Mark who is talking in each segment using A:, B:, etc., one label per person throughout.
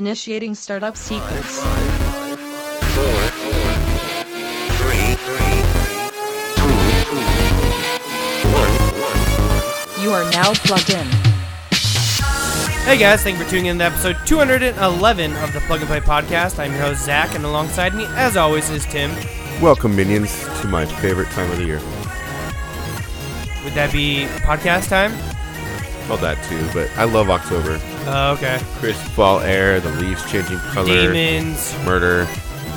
A: Initiating startup sequence.
B: four, three, two, one.
A: You are now plugged in.
C: Hey guys, thank you for tuning in to episode 211 of the Plug and Play Podcast. I'm your host, Zach, and alongside me, as always, is Tim.
D: Welcome, minions, to my favorite time of the year.
C: Would that be podcast time?
D: Well, that too, but I love October.
C: Uh, okay.
D: Crisp fall air, the leaves changing color,
C: Demons,
D: murder,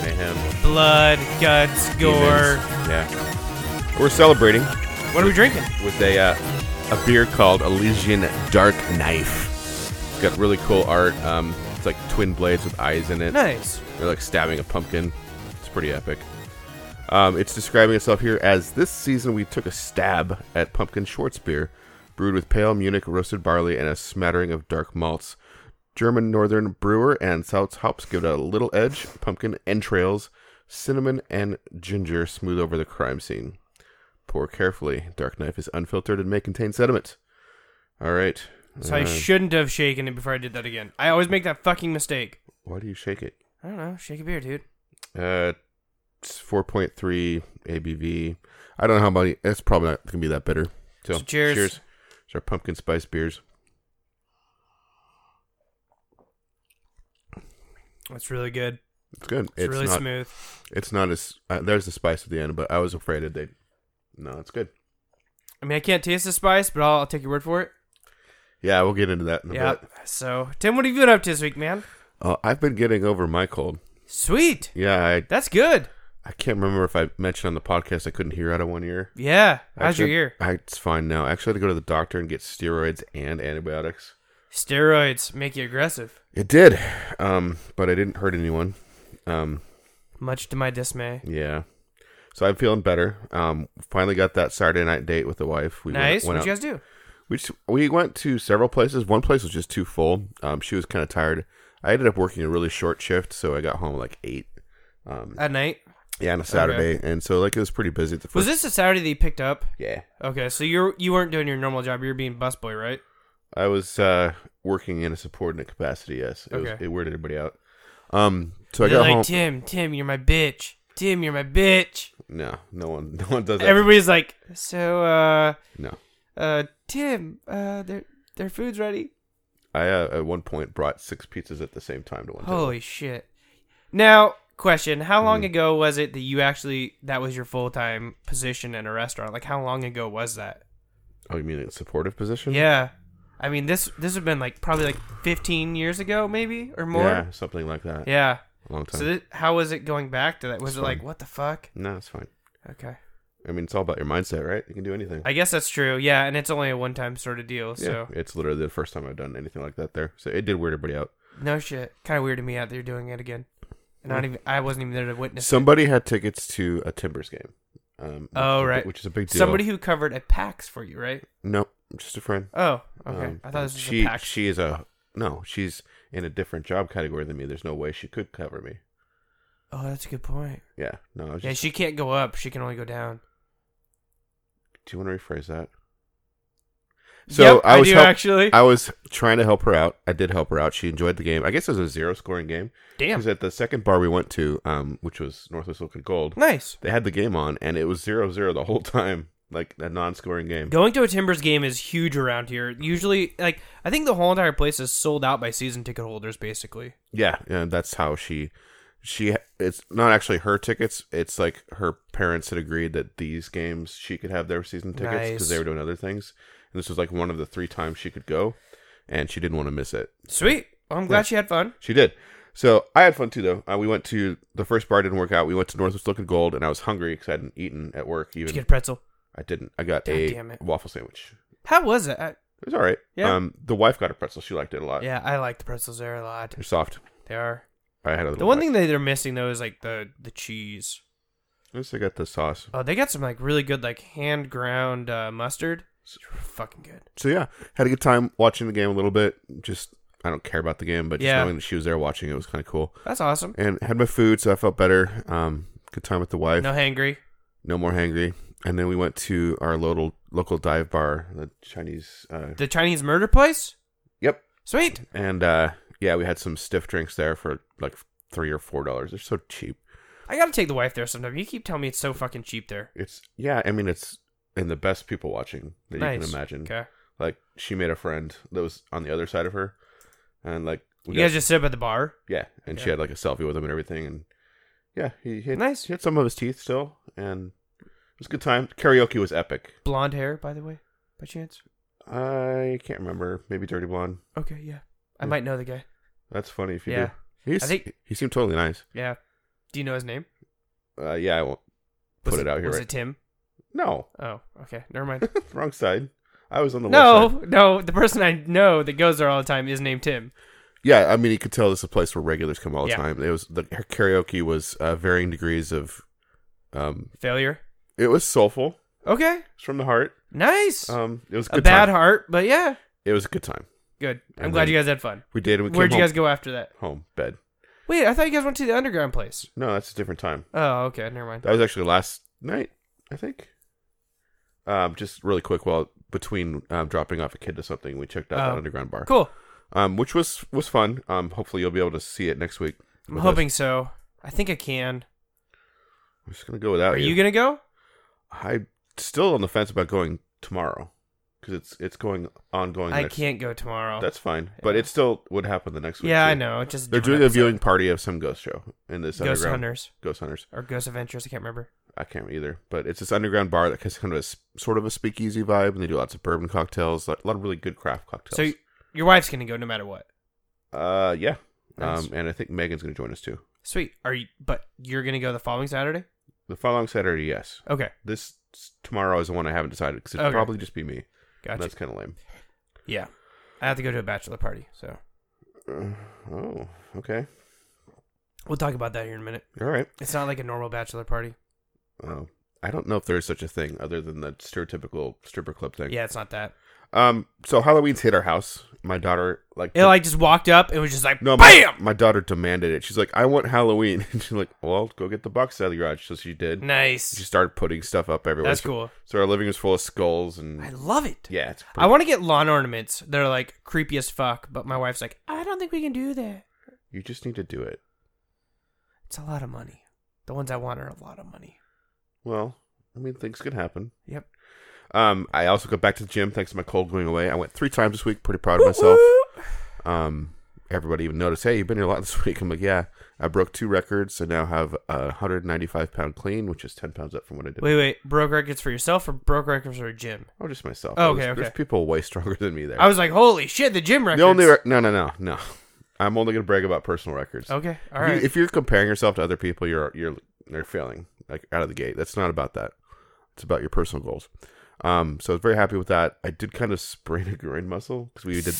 D: mayhem,
C: blood, guts, gore.
D: demons. Yeah, we're celebrating
C: What are we drinking?
D: with a uh, a beer called Elysian Dark Knife. It's got really cool art. Um, it's like twin blades with eyes in it.
C: Nice.
D: They're like stabbing a pumpkin. It's pretty epic. Um, it's describing itself here as this season we took a stab at pumpkin Schwartz beer, brewed with pale Munich roasted barley and a smattering of dark malts. German Northern Brewer and South hops give it a little edge. Pumpkin entrails, cinnamon, and ginger smooth over the crime scene. Pour carefully. Dark Knife is unfiltered and may contain sediment. All right.
C: So I
D: Uh,
C: shouldn't have shaken it before I did that again. I always make that fucking mistake.
D: why do you shake it?
C: I don't know. Shake a beer, dude.
D: Uh, it's 4.3 ABV. I don't know how many. It's probably not going to be that bitter. So,
C: So cheers.
D: Cheers. It's our pumpkin spice beers.
C: That's really good.
D: It's good.
C: It's, really
D: not,
C: smooth.
D: It's not as. Uh, there's the spice at the end, but I was afraid that they. No, it's good.
C: I mean, I can't taste the spice, but I'll, I'll take your word for it.
D: Yeah, we'll get into that in a
C: Yeah.
D: bit.
C: So, Tim, what have you been up to this week, man?
D: Uh, I've been getting over my cold.
C: Sweet.
D: Yeah, I,
C: That's good.
D: I can't remember if I mentioned on the podcast I couldn't hear out of one ear.
C: Yeah. How's your
D: Actually,
C: ear?
D: I, it's fine now. I actually had to go to the doctor and get steroids and antibiotics.
C: Steroids make you aggressive,
D: It did, um, but I didn't hurt anyone. Um,
C: much to my dismay.
D: Yeah. So I'm feeling better. Um, finally got that Saturday night date with the wife. We
C: nice.
D: Went,
C: What'd
D: went
C: you
D: out.
C: guys do?
D: We just, we went to several places. One place was just too full. Um, she was kind of tired. I ended up working a really short shift, so I got home at like eight. Um,
C: At night.
D: yeah, on a Saturday, and so like it was pretty busy. At the first,
C: Was this a Saturday that you picked up?
D: Yeah,
C: Okay, so you're you weren't doing your normal job. You were being busboy, right?
D: I was uh working in a subordinate capacity. Yes, it, was,
C: Okay.
D: it weirded everybody out. Um, so I
C: They're
D: got
C: like,
D: home.
C: Tim, Tim, you're my bitch. Tim, you're my bitch.
D: no, no one, no one does that.
C: Everybody's like, so, uh,
D: no,
C: uh, Tim, uh, their their food's ready.
D: I uh, at one point brought six pizzas at the same time to one. table.
C: Holy shit! Now, question: How
D: Mm-hmm.
C: long ago was it that you actually that was your full time position in a restaurant? Like, how long ago was that?
D: Oh, you mean a supportive position?
C: Yeah, I mean this this has been like probably like 15 years ago, maybe or more.
D: Yeah, something like that.
C: Yeah.
D: A long time.
C: So th- how was it going back to that? Was it
D: fine.
C: like what the fuck?
D: no, it's fine.
C: Okay.
D: I mean, it's all about your mindset, right? You can do anything.
C: I guess that's true. Yeah, and it's only a one time sort of deal.
D: yeah,
C: So
D: it's literally the first time I've done anything like that there. So it did weird everybody out.
C: no shit. Kind of weird to me out there doing it again. And I don't even I wasn't even there to witness. it.
D: Somebody had tickets to a Timbers game. Um,
C: Oh,
D: which-
C: right.
D: which is a big deal.
C: Somebody who covered a PAX for you, right?
D: No, just a friend.
C: Oh, okay.
D: Um,
C: I thought this was
D: she
C: a PAX.
D: she is a no. She's in a different job category than me. There's no way she could cover me.
C: oh, that's a good point.
D: Yeah, no. I was
C: Yeah,
D: just,
C: she can't go up. She can only go down.
D: do you want to rephrase that? So
C: Yep,
D: I was
C: do
D: help-
C: actually.
D: I was trying to help her out. I did help her out. She enjoyed the game. I guess it was a zero scoring game.
C: Damn.
D: Because at the second bar we went to, um, which was Northwest Oak and Gold,
C: Nice.
D: they had the game on, and it was zero zero the whole time, like a non-scoring game.
C: Going to a Timbers game is huge around here. Usually, like I think the whole entire place is sold out by season ticket holders, basically.
D: Yeah, and that's how she, she. It's not actually her tickets. It's like her parents had agreed that these games she could have their season tickets because
C: Nice.
D: they were doing other things, and this was like one of the three times she could go, and she didn't want to miss it.
C: Sweet. Well, I'm glad she had fun.
D: She did. So I had fun too, though. Uh, we went to the first bar didn't work out. We went to Northwest Look and Gold, and I was hungry because I hadn't eaten at work.
C: Did
D: Even
C: you get a pretzel?
D: I didn't. I got
C: God
D: a
C: damn it.
D: waffle sandwich.
C: How was it? I,
D: It was all right.
C: Yeah.
D: Um, the wife got a pretzel. She liked it a lot.
C: yeah, I like the pretzels there a lot.
D: They're soft.
C: They are.
D: I had Uh, a little
C: The one
D: bite.
C: thing that they're missing though is like the the cheese.
D: At least I got the sauce.
C: Oh, they got some like really good like hand ground uh, mustard. It's fucking good.
D: So yeah, had a good time watching the game a little bit. Just I don't care about the game, but just
C: Yeah.
D: knowing that she was there watching it was kind of cool.
C: That's awesome.
D: And had my food, so I felt better. Um, good time with the wife.
C: No hangry.
D: No more hangry. And then we went to our local local dive bar, the Chinese. Uh,
C: The Chinese murder place.
D: yep.
C: Sweet.
D: And uh, Yeah, we had some stiff drinks there for like three or four dollars. They're so cheap.
C: I gotta take the wife there sometime. You keep telling me it's so fucking cheap there.
D: It's yeah, I mean it's and the best people watching that you
C: nice.
D: can imagine.
C: Okay.
D: Like she made a friend that was on the other side of her, and like we
C: You
D: got-
C: guys just sit up at the bar.
D: yeah, and she
C: Yeah.
D: had like a selfie with him and everything, and yeah, he hit,
C: Nice.
D: He had some of his teeth still, and it was a good time. Karaoke was epic.
C: Blonde hair, by the way, by chance.
D: I can't remember, maybe Dirty Blonde.
C: Okay, yeah. I
D: Yeah.
C: might know the guy.
D: That's funny if you
C: Yeah.
D: do. He's,
C: I think-
D: he seemed totally nice.
C: Yeah. Do you know his name?
D: Uh, yeah, I won't put
C: Was
D: it, out Oh, here.
C: Was
D: Right?
C: it Tim?
D: no,
C: Oh, okay. Never mind.
D: wrong side. I was on the left side.
C: no, no. The person I know that goes there all the time is named Tim.
D: Yeah, I mean, you could tell this is a place where regulars come all the
C: Yeah.
D: time. It was the her karaoke was uh, varying degrees of. Um,
C: Failure.
D: it was soulful.
C: Okay.
D: It's from the heart.
C: Nice.
D: Um, it was a
C: a
D: good
C: bad
D: time.
C: heart, but yeah,
D: It was a good time.
C: good. I'm
D: And
C: glad
D: then-
C: you guys had fun.
D: We did. And we came
C: Where'd you
D: home.
C: guys go after that?
D: home bed.
C: Wait, I thought you guys went to the underground place.
D: No, that's a different time.
C: Oh, okay. Never mind.
D: That was actually last night, I think. Um, just really quick, while between um, dropping off a kid to something, we checked out
C: Oh.
D: that underground bar,
C: Cool.
D: um, which was was fun. Um, hopefully you'll be able to see it next week.
C: I'm
D: with us.
C: hoping so. I think I can.
D: I'm just gonna go without
C: Are
D: you.
C: you gonna go?
D: I'm still on the fence about going tomorrow because it's it's going ongoing. the
C: I
D: next-
C: can't go tomorrow.
D: Oh, That's fine, but
C: Yeah.
D: it still would happen the next week.
C: yeah,
D: too.
C: I know. it's Just a
D: They're doing
C: different
D: a
C: episode.
D: viewing party of some ghost show in this
C: Ghost
D: underground
C: Hunters
D: ghost hunters.
C: or Ghost Adventures. I can't remember.
D: I can't either, but it's this underground bar that has kind of a s- sort of a speakeasy vibe, and they do lots of bourbon cocktails, like, a lot of really good craft cocktails.
C: So y- your wife's gonna go no matter what.
D: uh, yeah,
C: Nice.
D: um, and I think Megan's going to join us too.
C: Sweet. Are you? But you're gonna go the following Saturday.
D: The following Saturday, yes.
C: Okay.
D: This s- tomorrow is the one I haven't decided because it'll
C: Okay.
D: probably just be me. and
C: Gotcha.
D: That's kind of lame.
C: Yeah. I have to go to a bachelor party, so
D: Uh, oh, okay,
C: we'll talk about that here in a minute.
D: all right.
C: It's not like a normal bachelor party.
D: Oh, I don't know if there is such a thing other than the stereotypical stripper club thing.
C: Yeah, it's not that.
D: Um. So Halloween's hit our house. My daughter like
C: It like just walked up and was just like,
D: No, my,
C: bam.
D: my daughter demanded it. She's like, I want Halloween. And she's like, well, go get the box out of the garage. So she did. She
C: Nice.
D: started putting stuff up everywhere.
C: Mm. That's
D: So-
C: cool.
D: So our living room's full of skulls
C: I
D: and
C: love it.
D: Mm. yeah, it's
C: I
D: pretty,
C: want to get lawn ornaments. They're like creepy as fuck, but my wife's like, I don't think we can do that.
D: you just need to do it.
C: It's a lot of money. The ones I want are a lot of money.
D: Well, I mean, things could happen.
C: Yep.
D: Um, I also got back to the gym thanks to my cold going away. I went three times this week. Pretty proud of
C: Woo
D: myself.
C: woo.
D: Um, everybody even noticed, hey, you've been here a lot this week. I'm like, yeah, I broke two records. I now have a 195 pound clean, which is 10 pounds up from what I did.
C: Wait, wait. Broke records for yourself or broke records for a gym?
D: Oh, just myself.
C: Oh, okay,
D: There's- There's
C: okay.
D: people way stronger than me there.
C: I was like, holy shit, the gym records.
D: The only re- no no no no. I'm only gonna brag about personal records.
C: okay, all
D: if,
C: right.
D: you, if you're comparing yourself to other people, you're you're you're failing like out of the gate. That's not about that. It's about your personal goals. Um, so I was very happy with that. I did kind of sprain a groin muscle because we did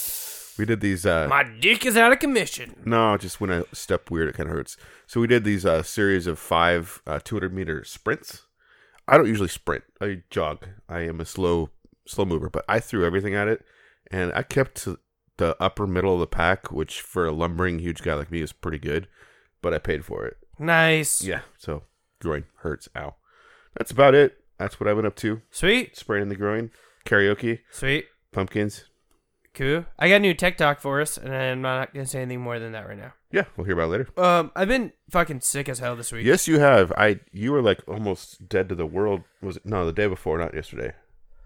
D: we did these. Uh,
C: my dick is out of commission.
D: no, just when I step weird, it kind of hurts. So we did these uh, series of five uh, 200 meter sprints. I don't usually sprint. I jog. I am a slow slow mover, but I threw everything at it, and I kept to the upper middle of the pack, which for a lumbering huge guy like me is pretty good. But I paid for it.
C: Nice.
D: Yeah. So groin hurts. Ow. That's about it. That's what I went up to.
C: Sweet.
D: Spraining the groin, karaoke,
C: Sweet.
D: pumpkins.
C: Cool. I got a new tech talk for us, and I'm not gonna say anything more than that right now.
D: Yeah, we'll hear about it later.
C: Um, I've been fucking sick as hell this week.
D: Yes, you have. I you were like almost dead to the world. Was it no the day before, not yesterday?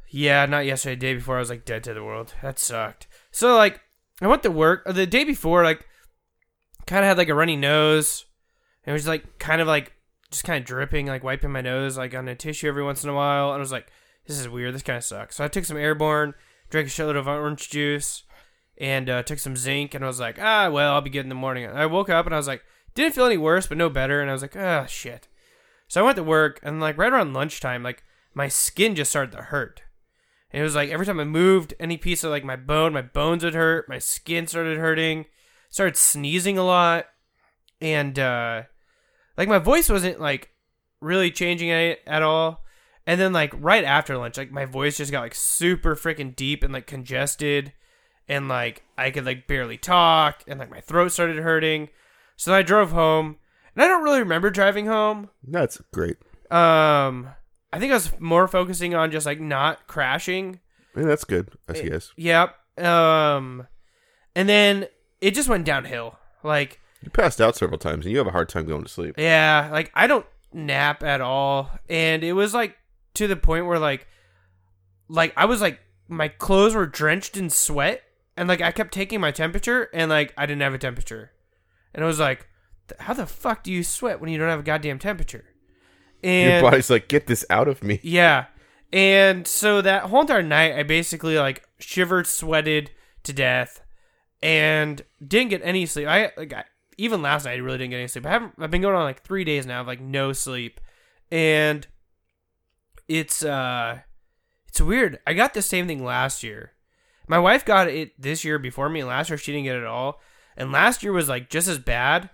C: Yeah, not yesterday. The day before, I was like dead to the world. That sucked. So like, I went to work uh, the day before. Like, kind of had like a runny nose, and it was like kind of like just kind of dripping, like wiping my nose like on a tissue every once in a while. And I was like, this is weird. This kind of sucks. So I took some airborne, drank a shitload of orange juice, and uh, took some zinc. And I was like, ah, well, I'll be good in the morning. And I woke up and I was like, didn't feel any worse, but no better. And I was like, ah, shit. So I went to work, and like right around lunchtime, like my skin just started to hurt. And it was like every time I moved any piece of like my bone, my bones would hurt, my skin started hurting, started sneezing a lot, and uh like my voice wasn't like really changing a- at all. And then like right after lunch, like my voice just got like super freaking deep and like congested and like I could like barely talk and like my throat started hurting. So then I drove home. And I don't really remember driving home.
D: That's great.
C: Um I think I was more focusing on just like not crashing
D: Yeah, that's good. I guess.
C: Yep. Um, and then it just went downhill. Like
D: You passed out several times, and you have a hard time going to sleep.
C: yeah, like I don't nap at all, and it was like to the point where like like I was like my clothes were drenched in sweat, and like I kept taking my temperature, and like I didn't have a temperature, and I was like, "Th- how the fuck do you sweat when you don't have a goddamn temperature?
D: Your
C: And
D: body's like, get this out of me.
C: yeah, and so that whole entire night I basically like shivered, sweated to death, and didn't get any sleep. I like I, even last night I really didn't get any sleep. I haven't. I've been going on like three days now of like no sleep, and it's uh, it's weird. I got the same thing last year. My wife got it this year before me, and last year she didn't get it at all. And last year was like just as bad,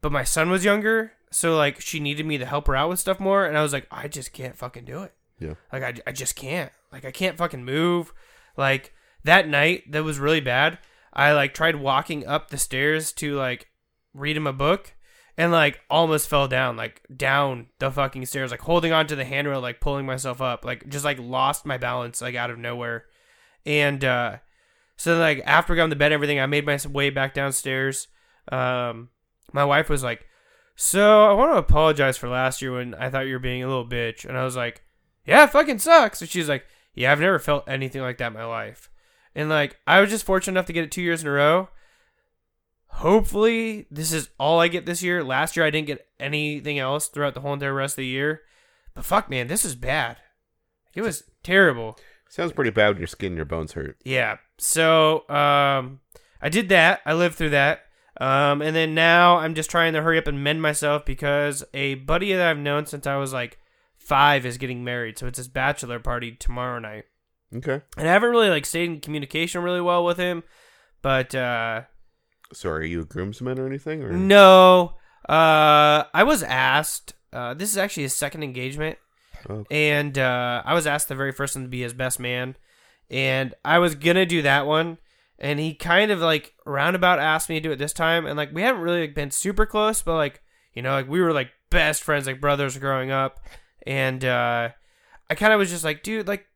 C: but my son was younger, so like she needed me to help her out with stuff more, and I was like, I just can't fucking do it.
D: Yeah.
C: Like I, I just can't. Like I can't fucking move. Like that night that was really bad. I like tried walking up the stairs to like read him a book and like almost fell down like down the fucking stairs like holding onto the handrail like pulling myself up like just like lost my balance like out of nowhere and uh so like after I got on the bed and everything I made my way back downstairs um my wife was like so I want to apologize for last year when I thought you were being a little bitch and I was like yeah, it fucking sucks. And she's like, yeah, I've never felt anything like that in my life. And like, I was just fortunate enough to get it two years in a row. Hopefully, this is all I get this year. Last year, I didn't get anything else throughout the whole entire rest of the year. But fuck, man, this is bad. It was terrible.
D: Sounds pretty bad when your skin and your bones hurt.
C: Yeah. So, um, I did that. I lived through that. Um, and then now I'm just trying to hurry up and mend myself because a buddy that I've known since I was like five is getting married. So it's his bachelor party tomorrow night.
D: Okay.
C: And I haven't really like stayed in communication really well with him, but, uh,
D: So are you a groomsman or anything? Or?
C: no, uh, I was asked, uh, this is actually his second engagement.
D: Oh,
C: and uh, I was asked the very first one to be his best man, and I was gonna do that one, and he kind of like roundabout asked me to do it this time, and like we haven't really like, been super close, but like you know like we were like best friends, like brothers growing up, and uh, I kind of was just like, dude, like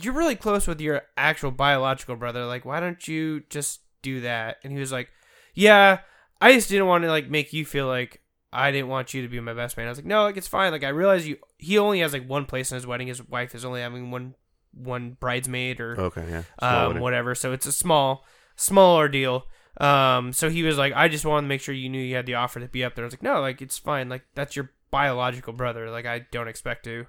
C: you're really close with your actual biological brother, like why don't you just do that? And he was like, yeah, I just didn't want to like make you feel like I didn't want you to be my best man. I was like, no, like it's fine. Like I realize you. He only has like one place in his wedding. His wife is only having one one bridesmaid or
D: okay, yeah. Small
C: um,
D: wedding.
C: whatever. So it's a small small ordeal. Um, so he was like, I just wanted to make sure you knew you had the offer to be up there. I was like, no, like it's fine. Like that's your biological brother. Like I don't expect to.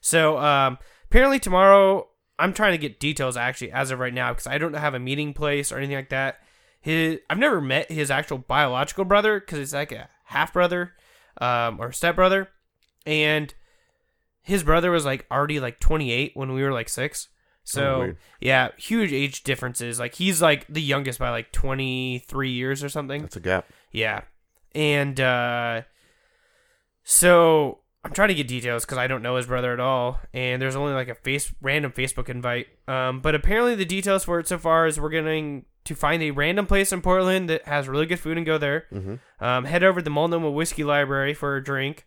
C: So um, apparently tomorrow I'm trying to get details actually as of right now because I don't have a meeting place or anything like that. His I've never met his actual biological brother because it's like a half brother um, or step brother, and his brother was like already like 28 when we were like six.
D: Oh,
C: So
D: weird.
C: yeah, huge age differences. Like he's like the youngest by like 23 years or something.
D: That's a gap.
C: Yeah. And uh so I'm trying to get details because I don't know his brother at all, and there's only like a face random Facebook invite. Um, but apparently the details for it so far is we're going to find a random place in Portland that has really good food and go there. Um, head over to the Multnomah Whiskey Library for a drink,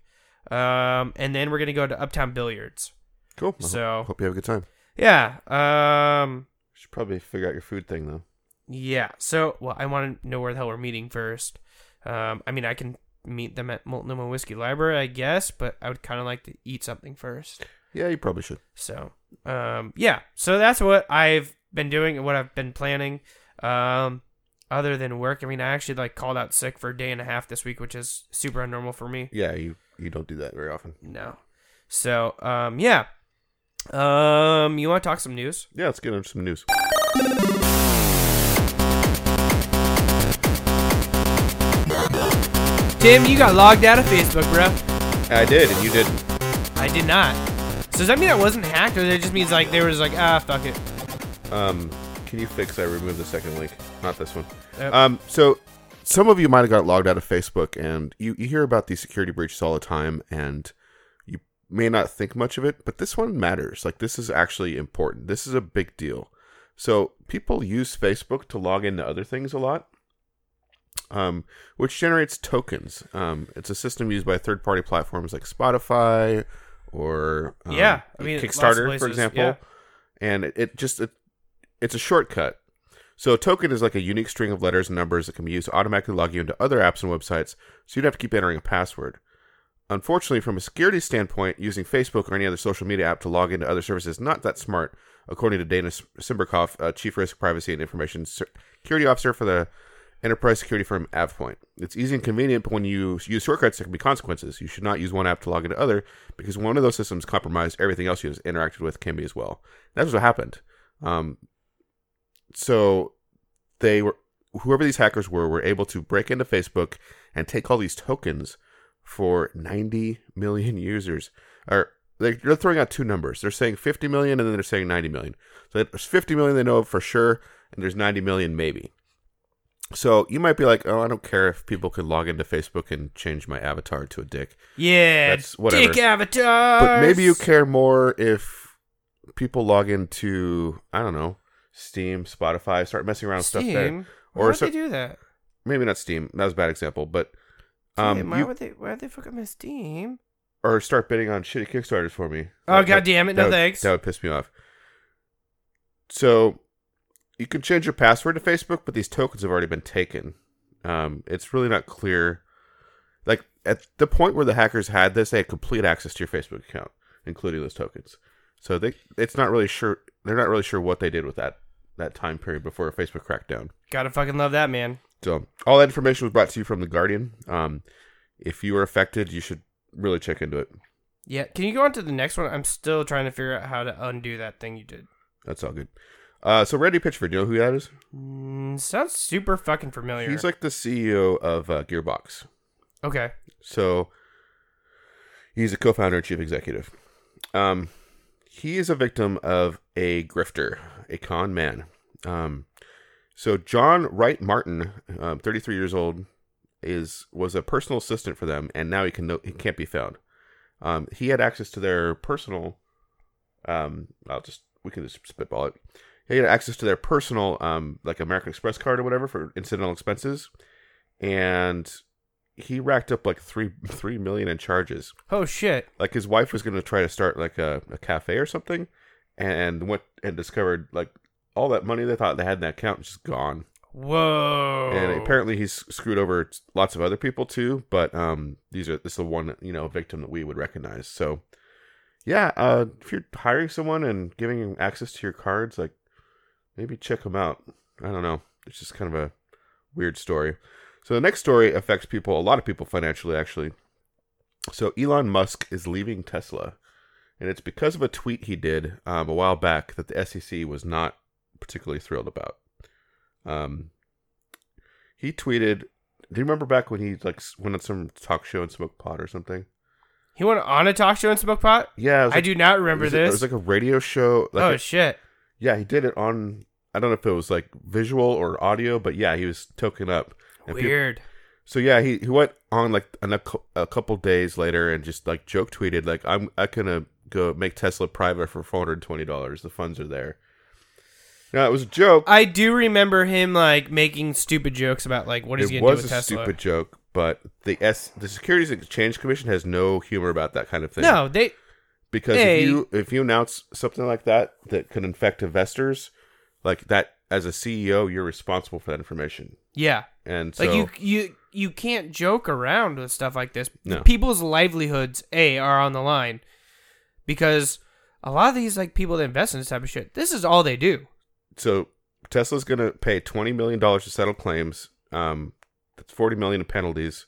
C: um, and then we're gonna go to Uptown Billiards.
D: Cool. I
C: So-
D: hope, hope you have a good time.
C: Yeah. Um,
D: Should probably figure out your food thing though.
C: Yeah. So, well, I want to know where the hell we're meeting first. Um, I mean, I can meet them at Multnomah Whiskey Library, I guess, but I would kind of like to eat something first.
D: Yeah, you probably should.
C: So, um, yeah. So that's what I've been doing and what I've been planning. Um, other than work, I mean, I actually like called out sick for a day and a half this week, which is super abnormal for me.
D: Yeah, you you don't do that very often.
C: No. So, um, yeah. Um, you want to talk some news?
D: Yeah, let's get into some news.
C: Tim, you got logged out of Facebook, bro.
D: I did, and you didn't.
C: I did not. So does that mean I wasn't hacked, or that just means like they were just like, ah, fuck it?
D: Um, can you fix? I removed the second link, not this one.
C: Yep.
D: Um, so some of you might have got logged out of Facebook, and you, you hear about these security breaches all the time, and you may not think much of it, but this one matters. Like this is actually important. This is a big deal. So people use Facebook to log into other things a lot, um, which generates tokens. Um, it's a system used by third-party platforms like Spotify or um,
C: Yeah, I mean, lots of
D: Kickstarter, for
C: places,
D: example.
C: yeah.
D: And it, it just it, it's a shortcut. So a token is like a unique string of letters and numbers that can be used to automatically log you into other apps and websites, so you'd have to keep entering a password. Unfortunately, from a security standpoint, using Facebook or any other social media app to log into other services is not that smart, according to Dana Simberkoff, uh, Chief Risk, Privacy, and Information Security Officer for the enterprise security firm AvePoint. It's easy and convenient, but when you use shortcuts, there can be consequences. You should not use one app to log into other because one of those systems compromised. Everything else you have interacted with can be as well. That's what happened. Um, so they were whoever these hackers were were able to break into Facebook and take all these tokens for 90 million users. Or they- they're throwing out two numbers. They're saying 50 million and then they're saying 90 million. So there's 50 million they know of for sure, and there's 90 million maybe. So you might be like, "Oh, I don't care if people can log into Facebook and change my avatar to a dick."
C: Yeah,
D: That's whatever.
C: Dick avatar.
D: But maybe you care more if people log into I don't know Steam, Spotify, start messing around with stuff there,
C: Steam. Why
D: or
C: would
D: so-
C: they do that?
D: maybe not Steam. That was a bad example, but
C: Dude,
D: um,
C: why
D: you-
C: would they? Why would they fuck up my Steam?
D: or start bidding on shitty Kickstarters for me.
C: Oh, God damn it, no
D: that would-
C: thanks.
D: That would piss me off. So you can change your password to Facebook, but these tokens have already been taken. Um, it's really not clear. Like at the point where the hackers had this, they had complete access to your Facebook account, including those tokens. So they, it's not really sure. They're not really sure what they did with that that time period before Facebook cracked down.
C: Gotta fucking love that man.
D: So all that information was brought to you from the Guardian. Um, if you were affected, you should really check into it.
C: Yeah, can you go on to the next one? I'm still trying to figure out how to undo that thing you did.
D: That's all good. Uh, so Randy Pitchford, you know who that is?
C: Mm, sounds super fucking familiar.
D: He's like the CEO of uh, Gearbox.
C: okay,
D: So he's a co-founder and chief executive. Um, he is a victim of a grifter, a con man. Um, so John Wright Martin, um, 33 years old, is was a personal assistant for them, and now he can no, he can't be found. Um, he had access to their personal. Um, I'll just we can just spitball it. He had access to their personal, um, like American Express card or whatever for incidental expenses, and he racked up like three three million in charges
C: oh shit,
D: like his wife was going to try to start like a, a cafe or something and went and discovered like all that money they thought they had in that account was just gone
C: whoa.
D: and apparently he's screwed over lots of other people too but um these are this is the one you know victim that we would recognize so yeah uh if you're hiring someone and giving them access to your cards like maybe check them out i don't know it's just kind of a weird story so the next story affects people a lot of people financially actually so elon musk is leaving tesla and it's because of a tweet he did um, a while back that the sec was not particularly thrilled about um, he tweeted. Do you remember back when he like s- went on some talk show and smoked pot or something?
C: he went on a talk show and smoked pot.
D: Yeah, it was
C: I
D: like-
C: do not
D: it
C: remember
D: was-
C: this.
D: It was like a radio show. Like
C: oh
D: a-
C: shit.
D: yeah, he did it on. I don't know if it was like visual or audio, but yeah, he was token up. And peop-
C: Weird.
D: so yeah, he, he went on like an, a, cou- a couple days later and just like joke tweeted like I'm I gonna go make Tesla private for four hundred twenty dollars. The funds are there. Now it was a joke.
C: I do remember him like making stupid jokes about like what he's
D: it
C: gonna do
D: was
C: with
D: a
C: Tesla.
D: stupid joke, but the S the Securities and Exchange Commission has no humor about that kind of thing.
C: no, they
D: because
C: Hey.
D: if you if you announce something like that that could infect investors, like that as a CEO, you're responsible for that information.
C: yeah.
D: And so
C: Like you you you can't joke around with stuff like this.
D: No.
C: People's livelihoods a are on the line because a lot of these like people that invest in this type of shit, this is all they do.
D: so Tesla's going to pay twenty million dollars to settle claims. Um, that's forty million in penalties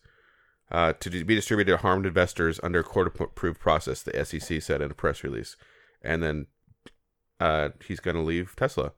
D: uh, to di- be distributed to harmed investors under a court-approved process. The SEC said in a press release, and then uh, he's going to leave Tesla.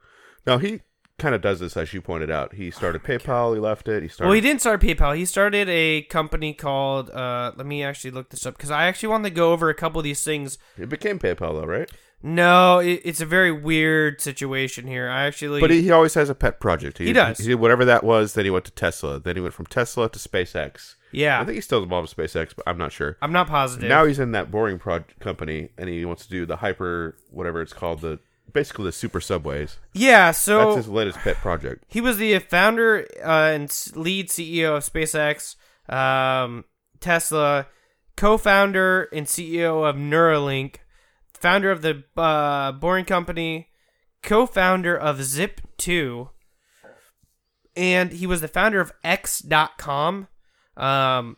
D: Now he kind of does this, as you pointed out. He started PayPal. He left it. He started.
C: Oh Well, he didn't start PayPal. He started a company called. Uh, let me actually look this up because I actually want to go over a couple of these things.
D: It became PayPal, though, right?
C: No, it, it's a very weird situation here. I actually.
D: But he, he always has a pet project.
C: He does.
D: He did whatever that was. Then he went to Tesla. Then he went from Tesla to SpaceX.
C: yeah,
D: I think he's still involved with SpaceX, but I'm not sure.
C: I'm not positive.
D: Now he's in that boring project company, and he wants to do the hyper whatever it's called the basically the super subways.
C: yeah,
D: That's
C: so
D: his latest pet project.
C: He was the founder uh, and s- lead CEO of SpaceX, um, Tesla, co-founder and CEO of Neuralink, founder of the uh, Boring Company, co-founder of Zip2, and he was the founder of X.com, um,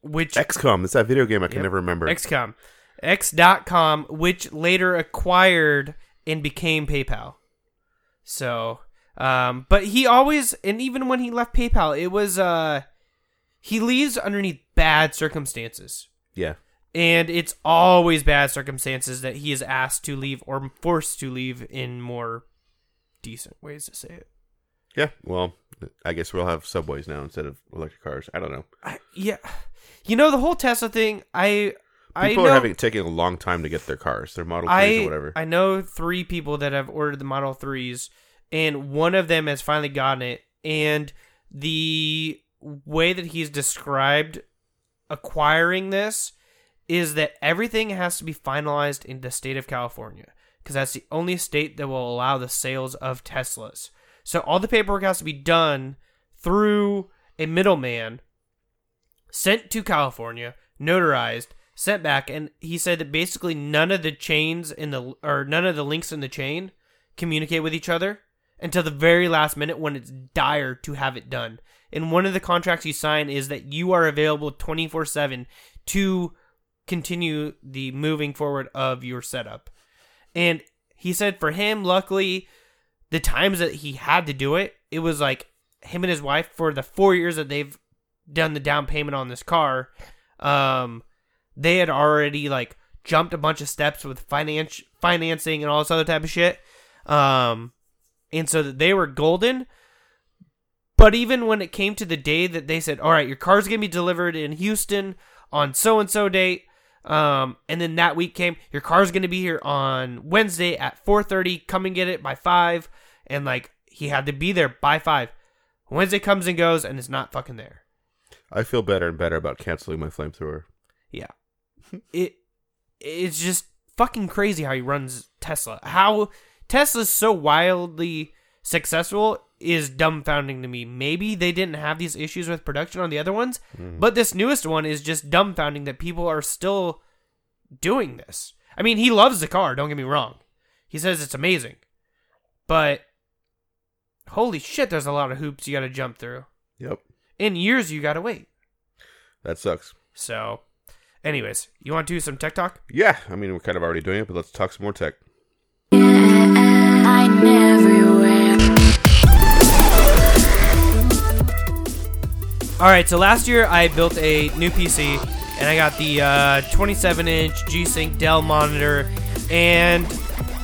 C: which
D: XCOM. That's that video game I can
C: Yep.
D: never remember.
C: XCOM, X.com, which later acquired and became PayPal. So, um, but he always, and even when he left PayPal, it was, uh, he leaves underneath bad circumstances.
D: yeah.
C: And it's always bad circumstances that he is asked to leave or forced to leave in more decent ways to say it.
D: Yeah. Well, I guess we'll have subways now instead of electric cars. I don't know.
C: I, yeah. You know, the whole Tesla thing, I, I
D: People
C: know,
D: are having taking a long time to get their cars, their Model 3s
C: I,
D: or whatever.
C: I know three people that have ordered the Model 3s, and one of them has finally gotten it. And the way that he's described acquiring this is that everything has to be finalized in the state of California because that's the only state that will allow the sales of Teslas. So all the paperwork has to be done through a middleman sent to California, notarized, sent back, and he said that basically none of the chains in the or none of the links in the chain communicate with each other until the very last minute when it's dire to have it done. And one of the contracts you sign is that you are available 24/7 to continue the moving forward of your setup. And he said for him luckily the times that he had to do it, it was like him and his wife for the 4 years that they've done the down payment on this car, um, they had already like jumped a bunch of steps with finance financing and all this other type of shit. Um, and so that they were golden. But even when it came to the day that they said, "All right, your car's gonna be delivered in Houston on so and so date," um, and then that week came, your car's gonna be here on Wednesday at four thirty. Come and get it by five, and like he had to be there by five. Wednesday comes and goes, and it's not fucking there.
D: I feel better and better about canceling my flamethrower.
C: Yeah. it it's just fucking crazy how he runs Tesla. How Tesla's so wildly successful is dumbfounding to me. Maybe they didn't have these issues with production on the other ones, but this newest one is just dumbfounding that people are still doing this. I mean, he loves the car, don't get me wrong. He says it's amazing. But holy shit, there's a lot of hoops you got to jump through.
D: Yep.
C: In years you got to wait.
D: That sucks.
C: So, anyways, you want to do some tech talk?
D: Yeah. I mean, we're kind of already doing it, but let's talk some more tech.
E: I'm everywhere.
C: All right. So last year I built a new PC, and I got the uh, 27-inch G-Sync Dell monitor, and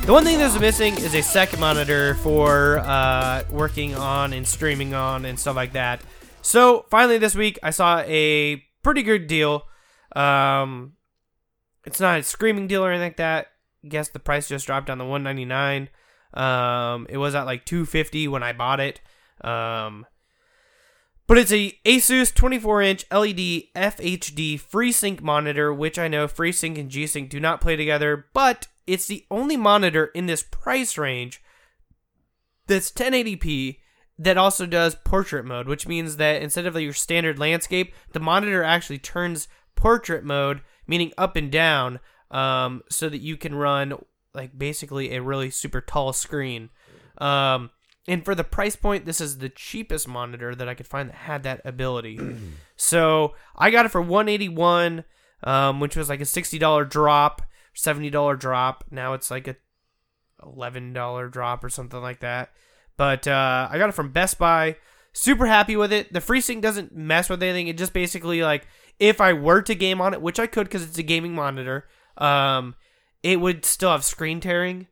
C: the one thing that was missing is a second monitor for uh, working on and streaming on and stuff like that. So finally this week I saw a pretty good deal. Um, it's not a screaming deal or anything like that. I guess the price just dropped down to 199. Um, it was at like 250 when I bought it. Um, but it's a Asus 24 inch E LED FHD FreeSync monitor, which I know FreeSync and G-Sync do not play together, but it's the only monitor in this price range that's 1080p that also does portrait mode, which means that instead of your standard landscape, the monitor actually turns portrait mode, meaning up and down, um, so that you can run like basically a really super tall screen. Um, and for the price point, this is the cheapest monitor that I could find that had that ability. so I got it for 181, um, which was like a $60 drop, $70 drop. Now it's like a eleven dollar drop or something like that. But uh, I got it from Best Buy. Super happy with it. The FreeSync doesn't mess with anything. It just basically like if I were to game on it, which I could because it's a gaming monitor, um, it would still have screen tearing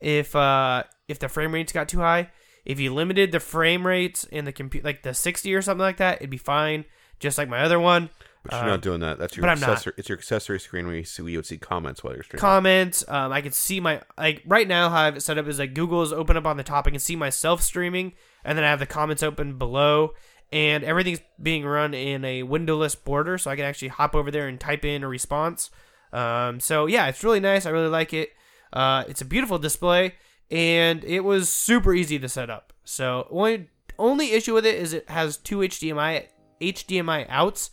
C: if uh, if the frame rates got too high. If you limited the frame rates in the compute like the sixty or something like that, it'd be fine. Just like my other one.
D: But you're not doing that. That's your
C: Uh, but I'm not.
D: accessory. It's your accessory screen where you see where you would see comments while you're streaming.
C: comments. Um, I can see my like right now how I have it set up is like Google is open up on the top. I can see myself streaming, and then I have the comments open below, and everything's being run in a windowless border, so I can actually hop over there and type in a response. Um, so yeah, it's really nice. I really like it. Uh, it's a beautiful display, and it was super easy to set up. So only only issue with it is it has two HDMI HDMI outs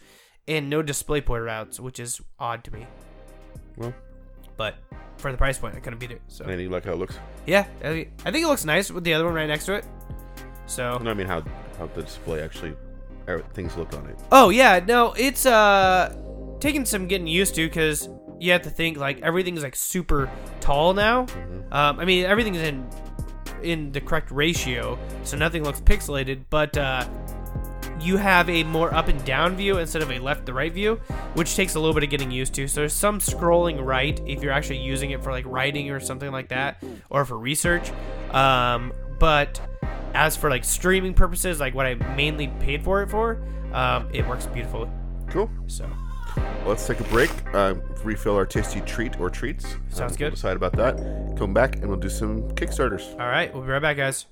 C: and no DisplayPort outs, which is odd to me
D: well,
C: but for the price point, I couldn't beat it. So
D: and you like how it looks.
C: yeah, I I think it looks nice with the other one right next to it. So
D: No, I mean how how the display actually how things look on it.
C: Oh yeah, no, it's uh taking some getting used to because you have to think like everything's like super tall now. Um, I mean everything's in in the correct ratio, so nothing looks pixelated. But uh, you have a more up and down view instead of a left to right view, which takes a little bit of getting used to. So there's some scrolling right if you're actually using it for like writing or something like that, or for research. Um, but as for like streaming purposes, like what I mainly paid for it for, um, it works beautifully.
D: Cool.
C: So
D: Well, let's take a break. Uh, refill our tasty treat or treats.
C: Sounds
D: Um,
C: good.
D: We'll decide about that. Come back and we'll do some kickstarters.
C: all right, we'll be right back, guys.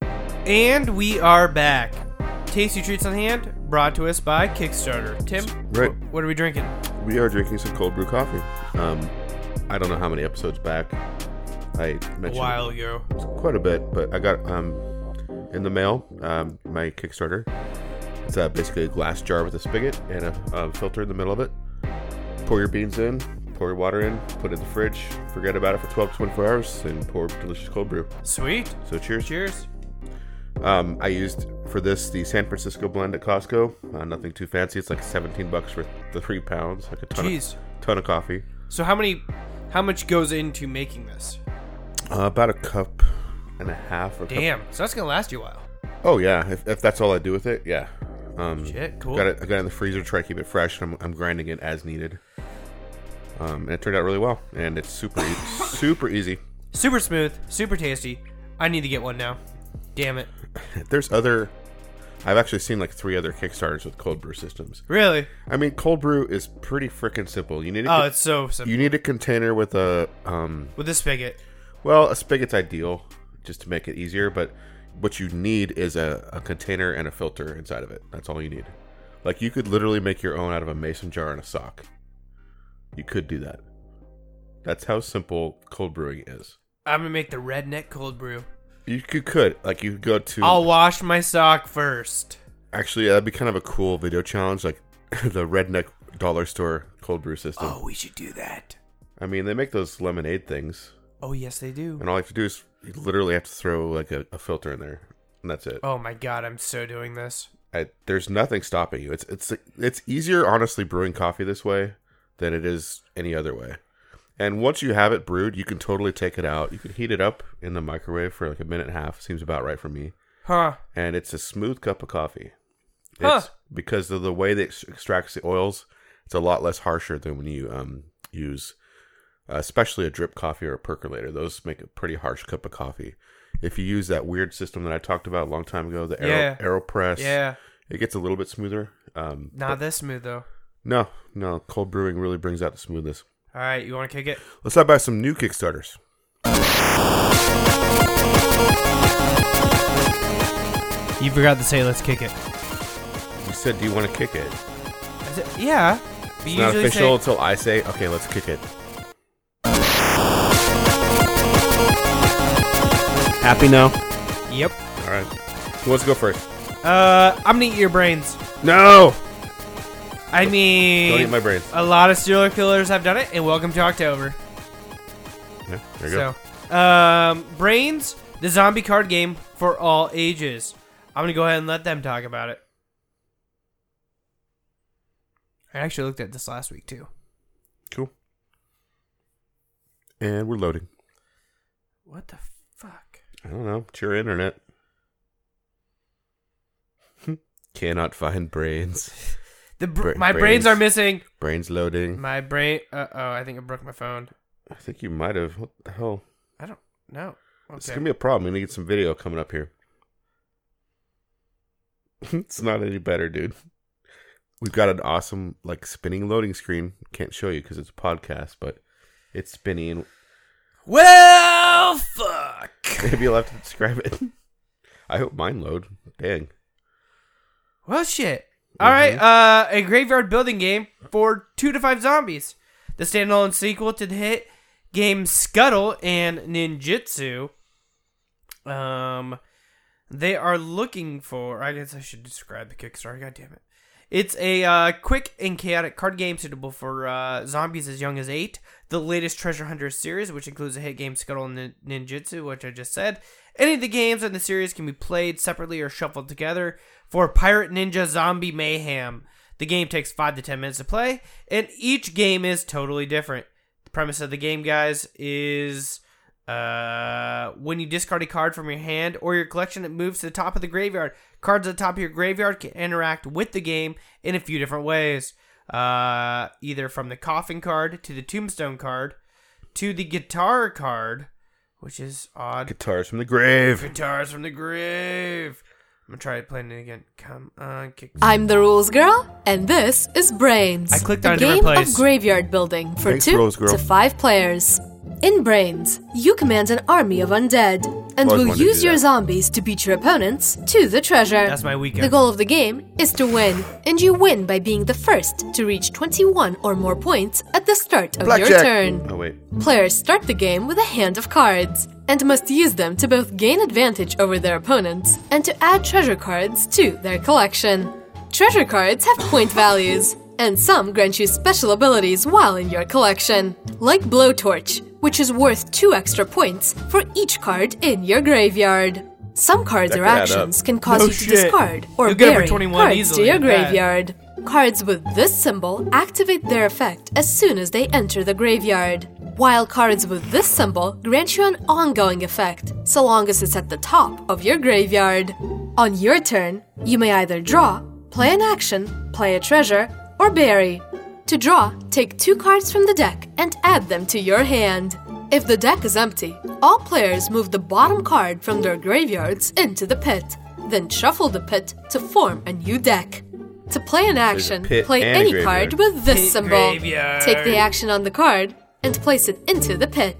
C: And we are back. Tasty treats on hand, brought to us by Kickstarter. Tim,
D: Right.
C: what are we drinking?
D: We are drinking some cold brew coffee. Um, I don't know how many episodes back I
C: A
D: mentioned
C: while ago.
D: quite a bit, but I got um in the mail um, my Kickstarter. It's uh, basically a glass jar with a spigot and a, a filter in the middle of it. Pour your beans in, pour your water in, put it in the fridge, forget about it for 12 to 24 hours, and pour delicious cold brew.
C: Sweet.
D: So cheers.
C: Cheers.
D: Um, I used for this the San Francisco blend at Costco. Uh, nothing too fancy. It's like 17 bucks for the three pounds, like a ton,
C: Jeez.
D: Of, ton of coffee.
C: So how many, how much goes into making this?
D: Uh, about a cup and a half. Or a cup-
C: Damn. So that's gonna last you a while.
D: Oh yeah, if, if that's all I do with it, yeah. Um,
C: Shit, cool.
D: Got it. I got it in the freezer. Try to keep it fresh. And I'm, I'm grinding it as needed. Um, and it turned out really well. And it's super, e- super easy.
C: Super smooth. Super tasty. I need to get one now. Damn it.
D: There's other. I've actually seen like three other Kickstarters with cold brew systems.
C: Really?
D: I mean, cold brew is pretty freaking simple. You need a,
C: Oh,
D: con-
C: it's so simple.
D: you need a container with a um,
C: With this spigot.
D: Well, a spigot's ideal just to make it easier, but what you need is a, a container and a filter inside of it. That's all you need. Like you could literally make your own out of a mason jar and a sock. You could do that. That's how simple cold brewing is.
C: I'm gonna make the redneck cold brew.
D: You could, could like you could go to
C: I'll wash my sock first.
D: actually that'd be kind of a cool video challenge, like the redneck dollar store cold brew system.
C: Oh, we should do that.
D: I mean, they make those lemonade things,
C: Oh yes, they do.
D: and all you have to do is you literally have to throw like a, a filter in there, and that's it.
C: Oh my god, I'm so doing this.
D: I, there's nothing stopping you. It's it's it's easier, honestly, brewing coffee this way than it is any other way. And once you have it brewed, you can totally take it out. You can heat it up in the microwave for like a minute and a half. Seems about right for me.
C: Huh.
D: And it's a smooth cup of coffee.
C: Huh.
D: It's because of the way that it extracts the oils. It's a lot less harsher than when you um use, uh, especially a drip coffee or a percolator. Those make a pretty harsh cup of coffee. If you use that weird system that I talked about a long time ago, the
C: Yeah.
D: Aero, AeroPress,
C: Yeah.
D: it gets a little bit smoother. Um,
C: Not this smooth though.
D: no, no, cold brewing really brings out the smoothness.
C: All right, you want to kick it?
D: Let's talk about some new Kickstarters.
C: You forgot to say let's kick it.
D: You said, "Do you want to kick it?"
C: I said, yeah. But
D: It's
C: you
D: not
C: usually
D: official
C: say-
D: until I say, "Okay, let's kick it." Happy now?
C: yep.
D: All right. Who wants to go first?
C: Uh, I'm gonna eat your brains.
D: No,
C: I
D: don't eat
C: mean,
D: my brains.
C: a lot of serial killers have done it, and welcome to October.
D: Yeah, there you go.
C: So, um, brains, the zombie card game for all ages. I'm gonna go ahead and let them talk about it. I actually looked at this last week too.
D: Cool. And we're loading.
C: What the fuck?
D: I don't know. It's your internet. Cannot find brains.
C: The br-
D: Bra-
C: my brains.
D: brains.
C: are missing.
D: Brains loading.
C: My brain. Uh oh, I think I broke my phone.
D: I think you might have. What the hell?
C: I don't know.
D: It's
C: Okay.
D: gonna be a problem. We need to get some video coming up here. it's not any better, dude. We've got an awesome like spinning loading screen. Can't show you because it's a podcast, but it's spinning.
C: well, Well, fuck.
D: Maybe you'll have to describe it. I hope mine load. Dang.
C: Well, shit. All right, uh, a graveyard building game for two to five zombies. The standalone sequel to the hit game Scuttle and Ninjutsu. Um, they are looking for. I guess I should describe the Kickstarter. God damn it! It's a uh, quick and chaotic card game suitable for uh, zombies as young as eight. The latest Treasure Hunter series, which includes the hit game Scuttle and Nin- Ninjutsu, which I just said. Any of the games in the series can be played separately or shuffled together for Pirate Ninja Zombie Mayhem. The game takes five to ten minutes to play, and each game is totally different. The premise of the game, guys, is uh, when you discard a card from your hand or your collection, it moves to the top of the graveyard. Cards at the top of your graveyard can interact with the game in a few different ways, uh, either from the coffin card to the tombstone card to the guitar card, which is odd.
D: Guitars from the grave.
C: Guitars from the grave. I'm gonna try playing it again. Come on, kick.
E: I'm the Rules Girl, and this is Brains.
C: I clicked
E: the
C: on a different
E: game
C: place.
E: of graveyard building for
D: Thanks,
E: two
D: Rules Girl.
E: to five players. In Brains, you command an army of undead and
D: Always
E: will
D: wanted to
E: use
D: do
E: your
D: that.
E: zombies to beat your opponents to the treasure.
C: That's my weekend.
E: The goal of the game is to win, and you win by being the first to reach 21 or more points at the start of your
D: Blackjack.
E: turn.
D: Oh wait.
E: Players start the game with a hand of cards and must use them to both gain advantage over their opponents and to add treasure cards to their collection. Treasure cards have point values, and some grant you special abilities while in your collection, like Blowtorch, which is worth two extra points for each card in your graveyard. Some cards
D: That
E: or
D: could add
E: actions
D: up.
E: can cause
C: No
E: you to
C: shit.
E: discard or
C: You'll get over
E: bury
C: 21
E: cards
C: easily
E: to your
C: with that.
E: graveyard. Cards with this symbol activate their effect as soon as they enter the graveyard, while cards with this symbol grant you an ongoing effect, so long as it's at the top of your graveyard. On your turn, you may either draw, play an action, play a treasure, or bury. To draw, take two cards from the deck and add them to your hand. If the deck is empty, all players move the bottom card from their graveyards into the pit, then shuffle the pit to form a new deck. To play an action,
D: pit
E: play
D: and a
E: any
D: graveyard.
E: card with this
C: Pit
E: symbol.
C: graveyard.
E: Take the action on the card and place it into the pit.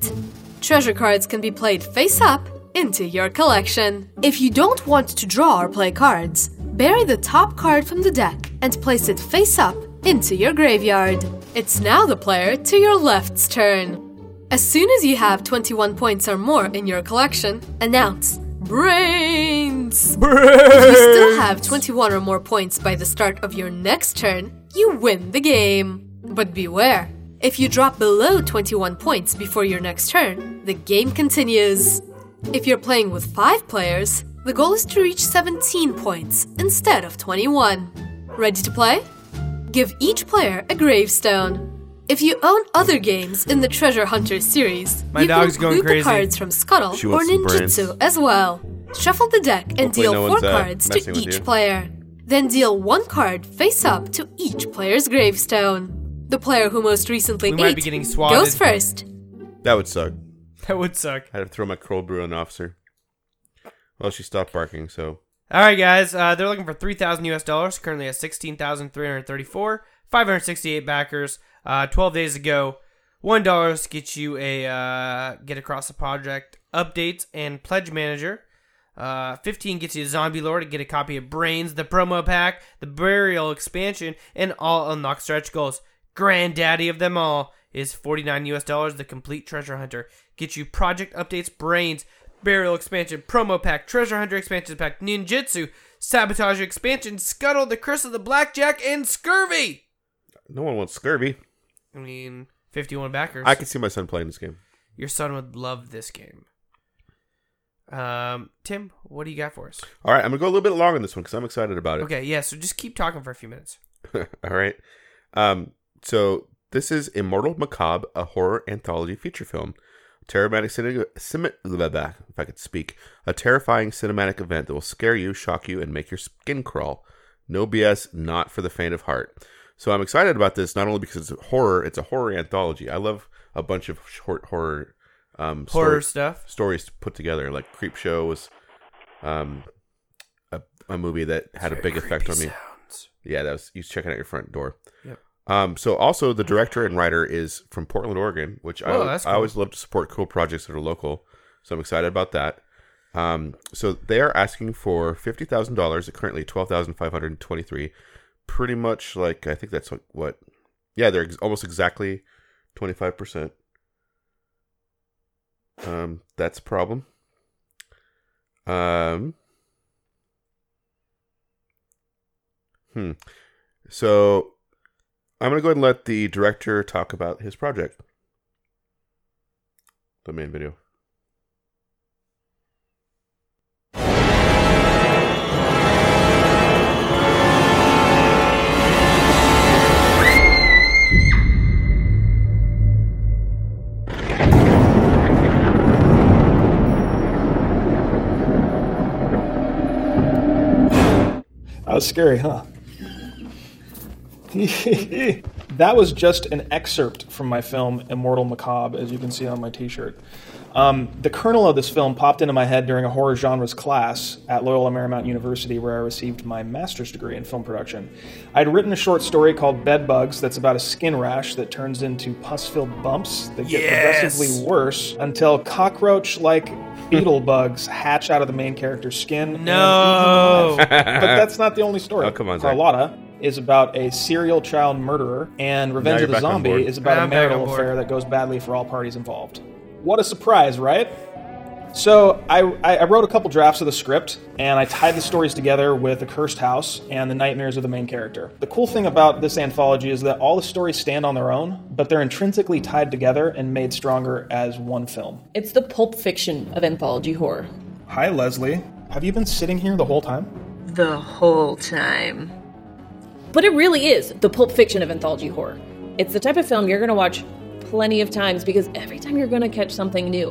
E: Treasure cards can be played face up into your collection. If you don't want to draw or play cards, bury the top card from the deck and place it face up into your graveyard. It's now the player to your left's turn. As soon as you have 21 points or more in your collection, announce Brains! If you still have 21 or more points by the start of your next turn, you win the game. But beware, if you drop below 21 points before your next turn, the game continues. If you're playing with 5 players, the goal is to reach 17 points instead of 21. Ready to play? Give each player a gravestone. If you own other games in the Treasure Hunter series,
C: My
E: you
C: dog's
E: can
C: going
E: include
C: crazy.
E: the cards from Scuttle
D: She
E: or
D: wants some brains.
E: Ninjutsu as well. Shuffle the deck and
D: Hopefully
E: deal
D: no
E: four
D: one's, uh,
E: cards to
D: messing with
E: each
D: you.
E: player. Then deal one card face up to each player's gravestone. The player who most recently
C: We
E: ate
C: might be getting swatted.
E: goes first.
D: That would suck.
C: That would suck.
D: I had to throw my cold brew on the officer. Well, she stopped barking, so
C: All right, guys. Uh, they're looking for three thousand U.S. dollars. Currently at sixteen thousand three hundred thirty-four. Five hundred sixty-eight backers. Uh, Twelve days ago, one dollar to get you a uh, get across the project updates and pledge manager. Uh, fifteen gets you Zombie Lord to get a copy of Brains, the promo pack, the Burial expansion, and all unlock stretch goals. Granddaddy of them all is forty-nine U.S. dollars. The complete treasure hunter get you project updates, Brains, Burial Expansion, Promo Pack, Treasure Hunter Expansion Pack, Ninjutsu, Sabotage Expansion, Scuttle, The Curse of the Blackjack, and Scurvy!
D: no one wants scurvy.
C: I mean, 51 backers.
D: I could see my son playing this game.
C: Your son would love this game. Um, Tim, what do you got for us?
D: All right, I'm gonna go a little bit long on this one because I'm excited about it.
C: Okay, yeah, so just keep talking for a few minutes.
D: All right. Um, so this is Immortal Macabre, a horror anthology feature film. Terromatic cine- cine- blah, blah, if I could speak, a terrifying cinematic event that will scare you, shock you, and make your skin crawl. No BS, not for the faint of heart. So I'm excited about this not only because it's horror, it's a horror anthology. I love a bunch of short horror um,
C: Horror
D: stories-
C: stuff.
D: stories put together. Like Creep Show was um, a, a movie that had a big effect on me.
C: Sounds.
D: Yeah, that was you checking out your front door.
C: Yep.
D: Um, so also the director and writer is from Portland, Oregon, which I,
C: Whoa,
D: al-
C: Oh, that's
D: I always love to support cool projects that are local. So I'm excited about that. Um, so they are asking for fifty thousand dollars. Currently twelve thousand five hundred twenty-three. Pretty much like I think that's what. what yeah, they're ex- almost exactly twenty-five percent. Um, that's a problem. Um. Hmm. So I'm gonna go ahead and let the director talk about his project. The main video.
F: That was scary, huh? that was just an excerpt from my film Immortal Macabre, as you can see on my t shirt. Um, the kernel of this film popped into my head during a horror genres class at Loyola Marymount University, where I received my master's degree in film production. I'd written a short story called Bed Bugs that's about a skin rash that turns into pus filled bumps that get
C: Yes!
F: progressively worse until cockroach like beetle bugs hatch out of the main character's skin. and
C: No.
F: but that's not the only story.
D: Oh, come on, Zach.
F: Carlotta is about a serial child murderer, and Revenge
D: you're
F: of the
D: back on board.
F: Zombie is about
C: I'm back
F: a
C: on
F: marital
C: board.
F: affair that goes badly for all parties involved. What a surprise, right? So I, I I wrote a couple drafts of the script, and I tied the stories together with the cursed house and the nightmares of the main character. The cool thing about this anthology is that all the stories stand on their own, but they're intrinsically tied together and made stronger as one film.
G: It's the pulp fiction of anthology horror.
F: Hi, Leslie. Have you been sitting here the whole time?
H: The whole time.
G: But it really is the pulp fiction of anthology horror. It's the type of film you're going to watch plenty of times because every time you're going to catch something new.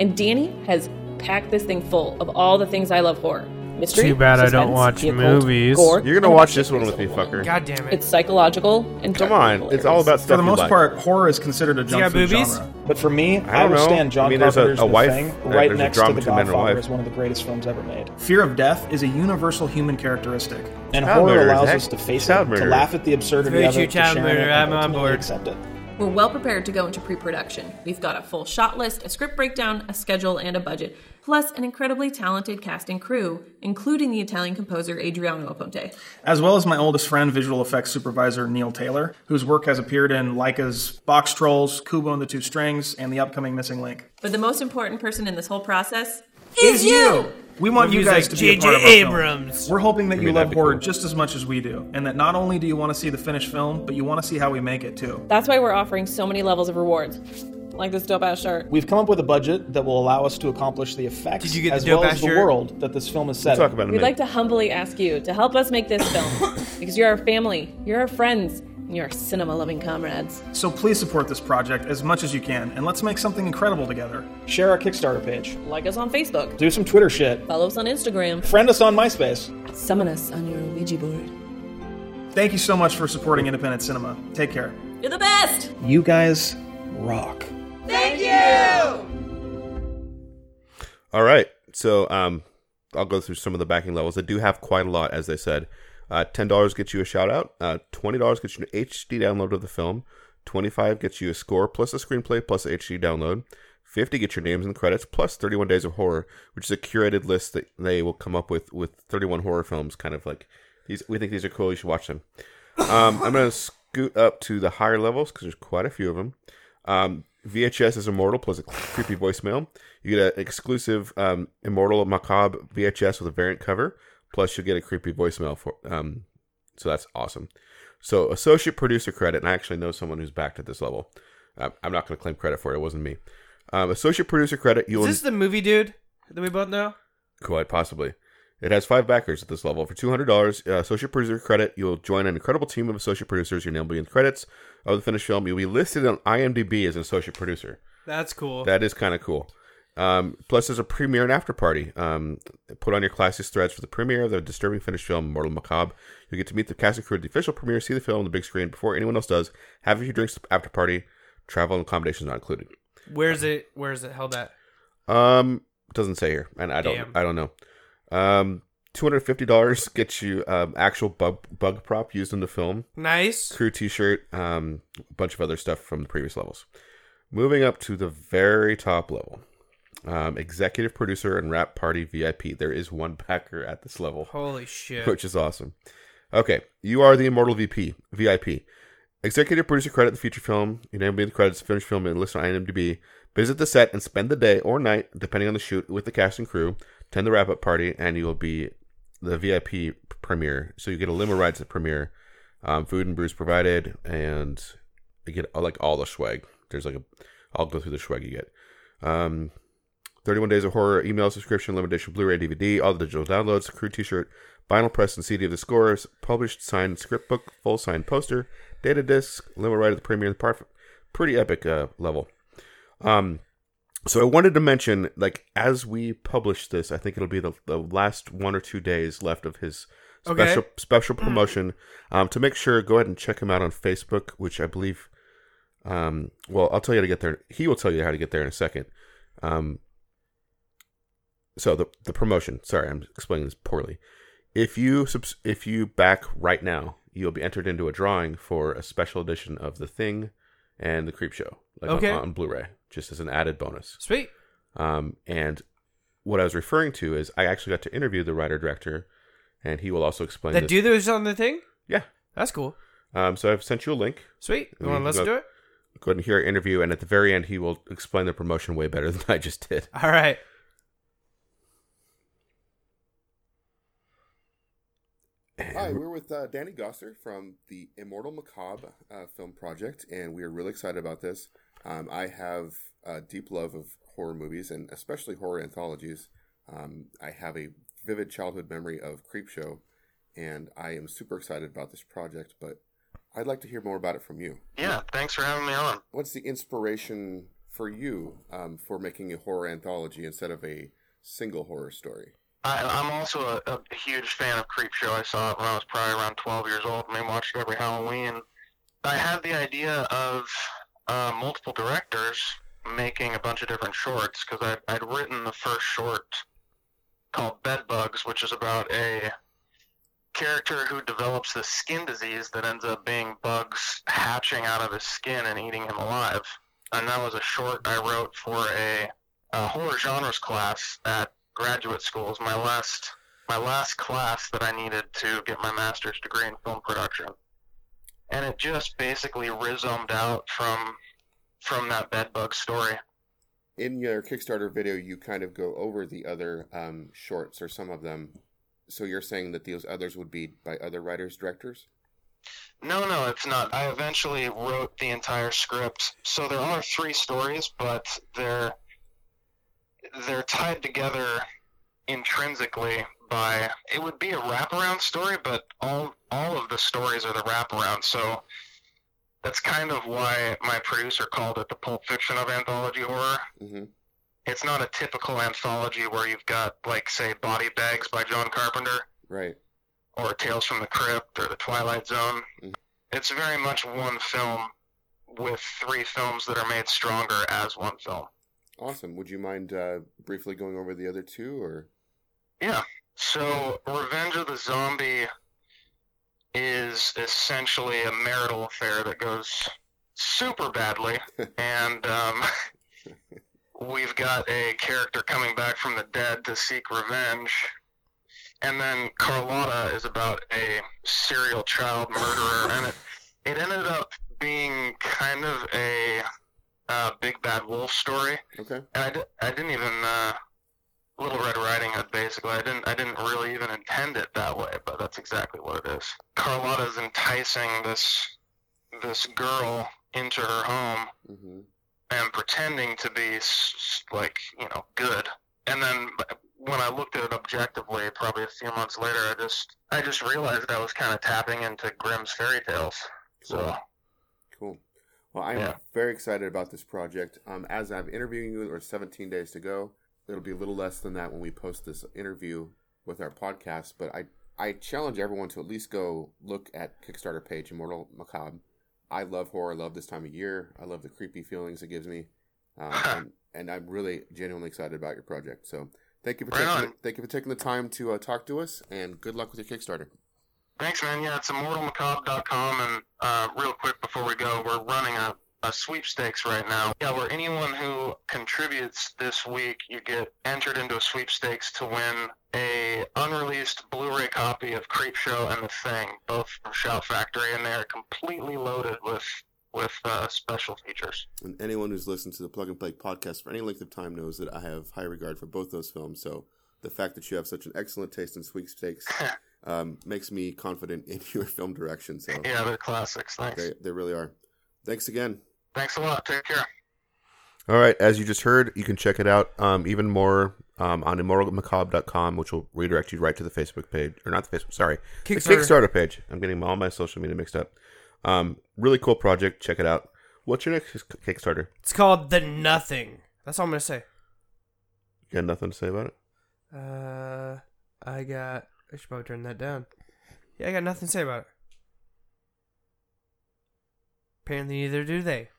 G: And Danny has packed this thing full of all the things I love horror. Mystery,
C: Too bad I don't
G: suspense,
C: watch
G: the occult,
C: movies.
G: gore,
D: You're
G: and
D: gonna
G: a
D: watch
G: bunch
D: this one
G: of things
D: with me,
G: that will-
D: fucker.
C: God damn it.
G: It's psychological and
D: Come on, it's all about stuff.
F: For the
D: you
F: most
D: like.
F: part, horror is considered a jump
C: Yeah,
F: food
C: boobies?
F: genre. But for me, I,
D: don't
F: will
D: know.
F: stand John
D: I mean, there's a-
F: Carpenter's
D: a
F: The
D: wife,
F: Thing
D: and
F: right
D: there's a
F: next to
D: drama
F: The
D: between men and a
F: Godfather
D: wife.
F: as one of the greatest films ever made. Fear of death is a universal human characteristic, and
D: Child
F: horror
D: murder is
F: allows
D: act-
F: us to face
D: child
F: it,
D: murder.
F: to laugh at the absurdity
C: Very
F: of
C: true,
F: it, to
C: child
F: share
C: murder.
F: it,
C: I'm
F: and
C: on
F: ultimately
C: board.
F: accept it.
G: We're well prepared to go into pre production. We've got a full shot list, a script breakdown, a schedule, and a budget, plus an incredibly talented cast and crew, including the Italian composer Adriano Aponte.
F: as well as my oldest friend, visual effects supervisor Neil Taylor, whose work has appeared in Leica's Box Trolls, Kubo and the Two Strings, and the upcoming Missing Link.
G: But the most important person in this whole process is you!
F: We want you
C: Reviews
F: guys
C: like
F: to be a
C: J.J.
F: part of our film.
C: Abrams.
F: We're hoping that you
D: mean,
F: love
D: that'd be
F: horror
D: cool.
F: just as much as we do, and that not only do you want to see the finished film, but you want to see how we make it too.
G: That's why we're offering so many levels of rewards, like this dope ass shirt.
F: We've come up with a budget that will allow us to accomplish the effects
C: Did you get the
F: as well
C: dope-ass
F: as the
C: shirt?
F: world that this film is set.
D: We'll talk about it. in a
G: We'd like
D: minute.
G: to humbly ask you to help us make this film because you're our family, you're our friends, and you're our cinema loving comrades.
F: So please support this project as much as you can, and let's make something incredible together. Share our Kickstarter page.
G: Like us on Facebook,
F: Do some Twitter shit.
G: follow us on Instagram,
F: Friend us on MySpace.
G: summon us on your Ouija board.
F: Thank you so much for supporting independent cinema. Take care.
G: You're the best!
F: You guys rock.
D: All right. So um, I'll go through some of the backing levels. I do have quite a lot, as they said. Uh, $10 gets you a shout out. Uh, $20 gets you an HD download of the film. 25 gets you a score plus a screenplay plus a HD download. 50 gets your names in the credits plus 31 Days of Horror, which is a curated list that they will come up with with 31 horror films, kind of like these. We think these are cool. You should watch them. Um, I'm going to scoot up to the higher levels because there's quite a few of them. Um, VHS is Immortal plus a creepy voicemail. You get an exclusive um, Immortal Macabre VHS with a variant cover. Plus, you'll get a creepy voicemail for. Um, so that's awesome. So associate producer credit, and I actually know someone who's backed at this level. Um, I'm not going to claim credit for it. It wasn't me. Um, associate producer credit. You'll
C: Is this the movie dude that we both know?
D: Quite possibly. It has five backers at this level. For $200 uh, associate producer credit, you'll join an incredible team of associate producers. Your name will be in the credits of the finished film. You'll be listed on IMDb as an associate producer.
C: That's cool.
D: That is kind of cool. Um, plus, there's a premiere and after party. Um, put on your classiest threads for the premiere of the disturbing finished film, Mortal Macabre. You'll get to meet the cast and crew at the official premiere, see the film on the big screen before anyone else does, have a few drinks at the after party, travel and accommodations not included.
C: Where's it? Where's it held at?
D: Um, doesn't say here, and I don't,
C: Damn.
D: I don't know. Um, two hundred fifty dollars gets you um, actual bug bug prop used in the film,
C: Nice.
D: crew T-shirt, um, a bunch of other stuff from the previous levels. Moving up to the very top level, um, executive producer and rap party VIP. There is one backer at this level,
C: Holy shit.
D: which is awesome. Okay, you are the immortal VP VIP. Executive producer credit the feature film, unanimously the credits, finished film, and list on IMDb. Visit the set and spend the day or night, depending on the shoot, with the cast and crew. Attend the wrap up party, and you will be the VIP premiere. So you get a limo ride to the premiere, um, food and brews provided, and you get uh, like all the swag. There's like a, I'll go through the swag you get. Um, 31 Days of Horror email subscription, limited edition Blu ray DVD, all the digital downloads, crew t shirt, vinyl press and CD of the scores, published signed script book, full signed poster, data disc, limo ride at the premiere of the part. Pretty epic uh, level. Um, so I wanted to mention, like, as we publish this, I think it'll be the, the last one or two days left of his
C: Okay.
D: special special promotion. Um, to make sure, go ahead and check him out on Facebook, which I believe. Um, well, I'll tell you how to get there. He will tell you how to get there in a second. Um, so the the promotion. Sorry, I'm explaining this poorly. If you subs- if you back right now, you'll be entered into a drawing for a special edition of The Thing and The Creep Show, like on-
C: Okay.
D: on, Blu-ray, just as an added bonus.
C: Sweet.
D: Um, and what I was referring to is I actually got to interview the writer director, and he will also explain
C: That
D: this.
C: dude that was on the thing?
D: yeah.
C: That's cool.
D: Um, so I've sent you a link.
C: Sweet. You
D: Mm,
C: want to listen
D: go-
C: to it?
D: Go ahead and hear our interview, and at the very end, he will explain the promotion way better than I just did.
C: All right.
D: Hi, we're with uh, Danny Goster from the Immortal Macabre uh, Film Project, and we are really excited about this. Um, I have a deep love of horror movies and especially horror anthologies. Um, I have a vivid childhood memory of Creepshow, and I am super excited about this project. But I'd like to hear more about it from you.
B: Yeah, thanks for having me on.
D: What's the inspiration for you um, for making a horror anthology instead of a single horror story?
B: I, I'm also a, a huge fan of Creepshow. I saw it when I was probably around 12 years old, and I watched it every Halloween. I had the idea of uh, multiple directors making a bunch of different shorts because I'd, I'd written the first short called Bedbugs, which is about a character who develops this skin disease that ends up being bugs hatching out of his skin and eating him alive. And that was a short I wrote for a, a horror genres class at graduate school. It was my last my last class that I needed to get my master's degree in film production. And it just basically rhizomed out from from that bedbug story.
D: in your Kickstarter video, you kind of go over the other um, shorts or some of them. So you're saying that those others would be by other writers, directors?
B: No, no, it's not. I eventually wrote the entire script. So there are three stories, but they're they're tied together intrinsically by it would be a wraparound story, but all all of the stories are the wraparound. So that's kind of why my producer called it the Pulp Fiction of anthology horror.
D: Mm-hmm.
B: It's not a typical anthology where you've got like say Body Bags by John Carpenter
D: Right.
B: or Tales from the Crypt or The Twilight Zone.
D: Mhm.
B: It's very much one film with three films that are made stronger as one film.
D: Awesome. Would you mind uh, briefly going over the other two? Or
B: Yeah. So Revenge of the Zombie is essentially a marital affair that goes super badly, and um, we've got a character coming back from the dead to seek revenge. And then Carlotta is about a serial child murderer, and it, it ended up being kind of a uh, big bad wolf story.
D: okay,
B: And I, di- I didn't even uh, Little Red Riding Hood. Basically, I didn't I didn't really even intend it that way, but that's exactly what it is. Carlotta's enticing this this girl into her home
D: mm-hmm.
B: and pretending to be s- s- like you know good. And then when I looked at it objectively, probably a few months later, I just I just realized I was kind of tapping into Grimm's fairy tales. So
D: cool. Well, I'm
B: Yeah.
D: very excited about this project. Um, as I'm interviewing you, there's 17 days to go. It'll be a little less than that when we post this interview with our podcast. But I, I challenge everyone to at least go look at Kickstarter page Immortal Macabre. I love horror. I love this time of year. I love the creepy feelings it gives me, um, and, and I'm really genuinely excited about your project. So thank you for
B: Right
D: taking
B: on.
D: thank you for taking the time to uh, talk to us, and good luck with your Kickstarter.
B: Thanks, man. Yeah, it's immortalmacabre.com. And uh, real quick before we go, we're running a a sweepstakes right now. Yeah, where anyone who contributes this week, you get entered into a sweepstakes to win a unreleased Blu-ray copy of Creepshow and The Thing, both from Shout Factory, and they are completely loaded with with uh, special features.
I: And anyone who's listened to the Plug and Play podcast for any length of time knows that I have high regard for both those films. So the fact that you have such an excellent taste in sweepstakes um, makes me confident in your film direction. So
B: Yeah, they're classics. Thanks.
I: they, they really are. Thanks again.
B: Thanks a lot. Take care.
D: All right, as you just heard, you can check it out um, even more um, on immortalmacabre.com, which will redirect you right to the Facebook page, or not the Facebook, sorry, the
C: Kickstarter.
D: Kickstarter page. I'm getting all my social media mixed up. Um, really cool project. Check it out. What's your next Kickstarter?
C: It's called The Nothing. That's all I'm going to say.
D: You got nothing to say about it?
C: Uh, I got. I should probably turn that down. Yeah, I got nothing to say about it. Apparently, neither do they.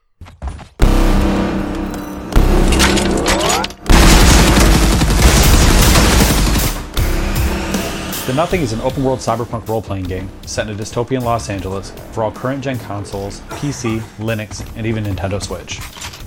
J: The Nothing is an open world cyberpunk role playing game set in a dystopian Los Angeles for all current gen consoles, PC, Linux, and even Nintendo Switch.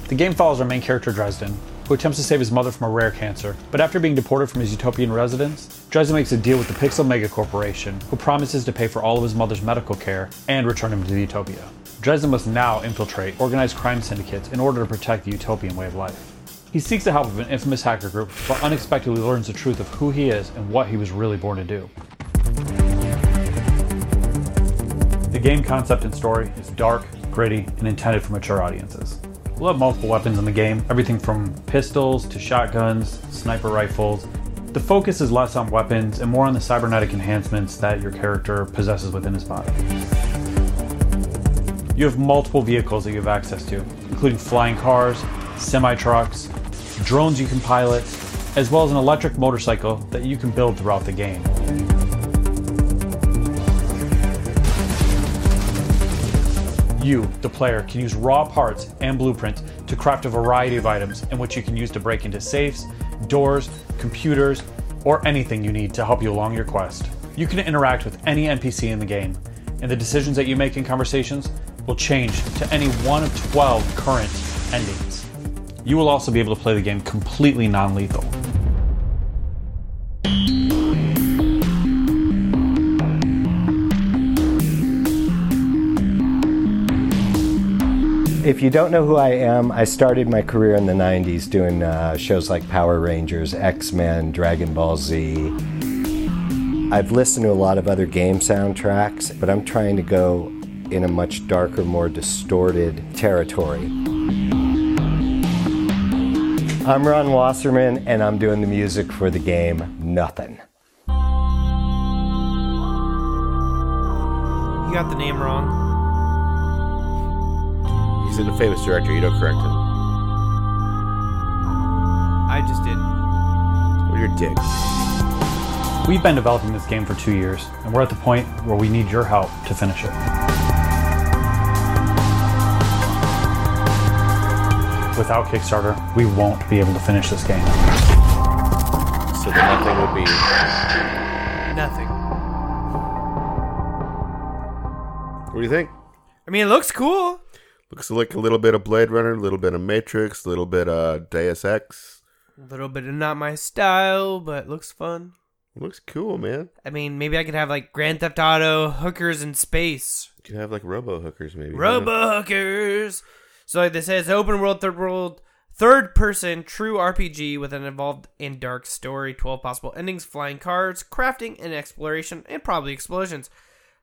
J: The game follows our main character, Dresden, who attempts to save his mother from a rare cancer, but after being deported from his utopian residence, Dresden makes a deal with the Pixel Mega Corporation, who promises to pay for all of his mother's medical care and return him to the Utopia. Dresden must now infiltrate organized crime syndicates in order to protect the utopian way of life. He seeks the help of an infamous hacker group, but unexpectedly learns the truth of who he is and what he was really born to do. The game concept and story is dark, gritty, and intended for mature audiences. We'll have multiple weapons in the game, everything from pistols to shotguns, sniper rifles. The focus is less on weapons and more on the cybernetic enhancements that your character possesses within his body. You have multiple vehicles that you have access to, including flying cars, semi trucks, drones you can pilot, as well as an electric motorcycle that you can build throughout the game. You, the player, can use raw parts and blueprints to craft a variety of items in which you can use to break into safes, doors, computers, or anything you need to help you along your quest. You can interact with any NPC in the game, and the decisions that you make in conversations will change to any one of 12 current endings. You will also be able to play the game completely non lethal.
K: If you don't know who I am, I started my career in the 90s doing uh, shows like Power Rangers, X Men, Dragon Ball Z. I've listened to a lot of other game soundtracks, but I'm trying to go in a much darker, more distorted territory. I'm Ron Wasserman, and I'm doing the music for the game Nothing.
C: You got the name wrong.
D: He's a famous director. You don't correct him.
C: I just did.
D: Well, you're a dick.
J: We've been developing this game for two years, and we're at the point where we need your help to finish it. Without Kickstarter, we won't be able to finish this game.
D: So the nothing will be.
C: Nothing.
D: What do you think?
C: I mean, it looks cool.
D: Looks like a little bit of Blade Runner, a little bit of Matrix, a little bit of Deus Ex.
C: A little bit of not my style, but looks fun.
D: Looks cool, man.
C: I mean, maybe I could have like Grand Theft Auto hookers in space.
D: You could have like robo hookers, maybe.
C: Robo hookers. So like this says open world, third world, third person, true RPG with an involved and dark story, twelve possible endings, flying cars, crafting and exploration, and probably explosions.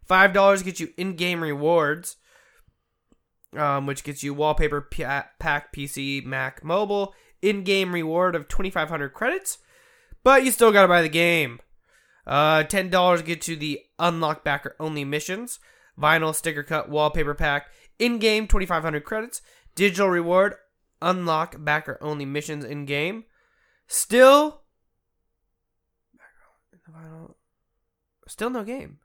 C: Five dollars gets you in-game rewards, um, which gets you wallpaper pa- pack, PC, Mac, mobile, in-game reward of twenty-five hundred credits. But you still gotta buy the game. Uh, ten dollars get you the unlock backer only missions, vinyl sticker cut wallpaper pack, in game twenty five hundred credits, digital reward, unlock backer only missions in game. Still, vinyl- still no game.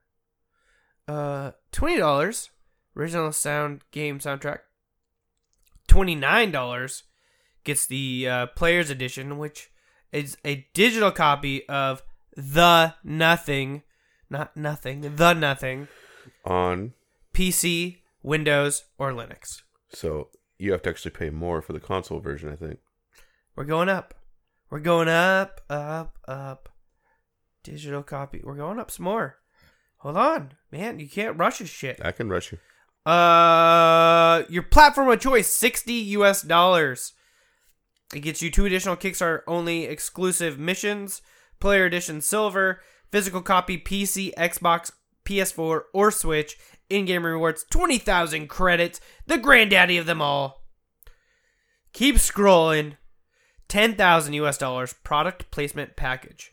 C: Uh, twenty dollars original sound game soundtrack. Twenty nine dollars gets the uh, player's edition, which is a digital copy of the nothing, not nothing, the nothing,
D: On
C: PC, Windows, or Linux.
D: so you have to actually pay more for the console version, I think.
C: We're going up. We're going up, up, up. Digital copy. We're going up some more. Hold on, man. You can't rush this shit.
D: I can rush you.
C: Uh, your platform of choice, sixty U.S. dollars. It gets you two additional Kickstarter only exclusive missions, player edition silver, physical copy PC, Xbox, PS4, or Switch. In-game rewards, twenty thousand credits, the granddaddy of them all. Keep scrolling. 10,000 US dollars product placement package.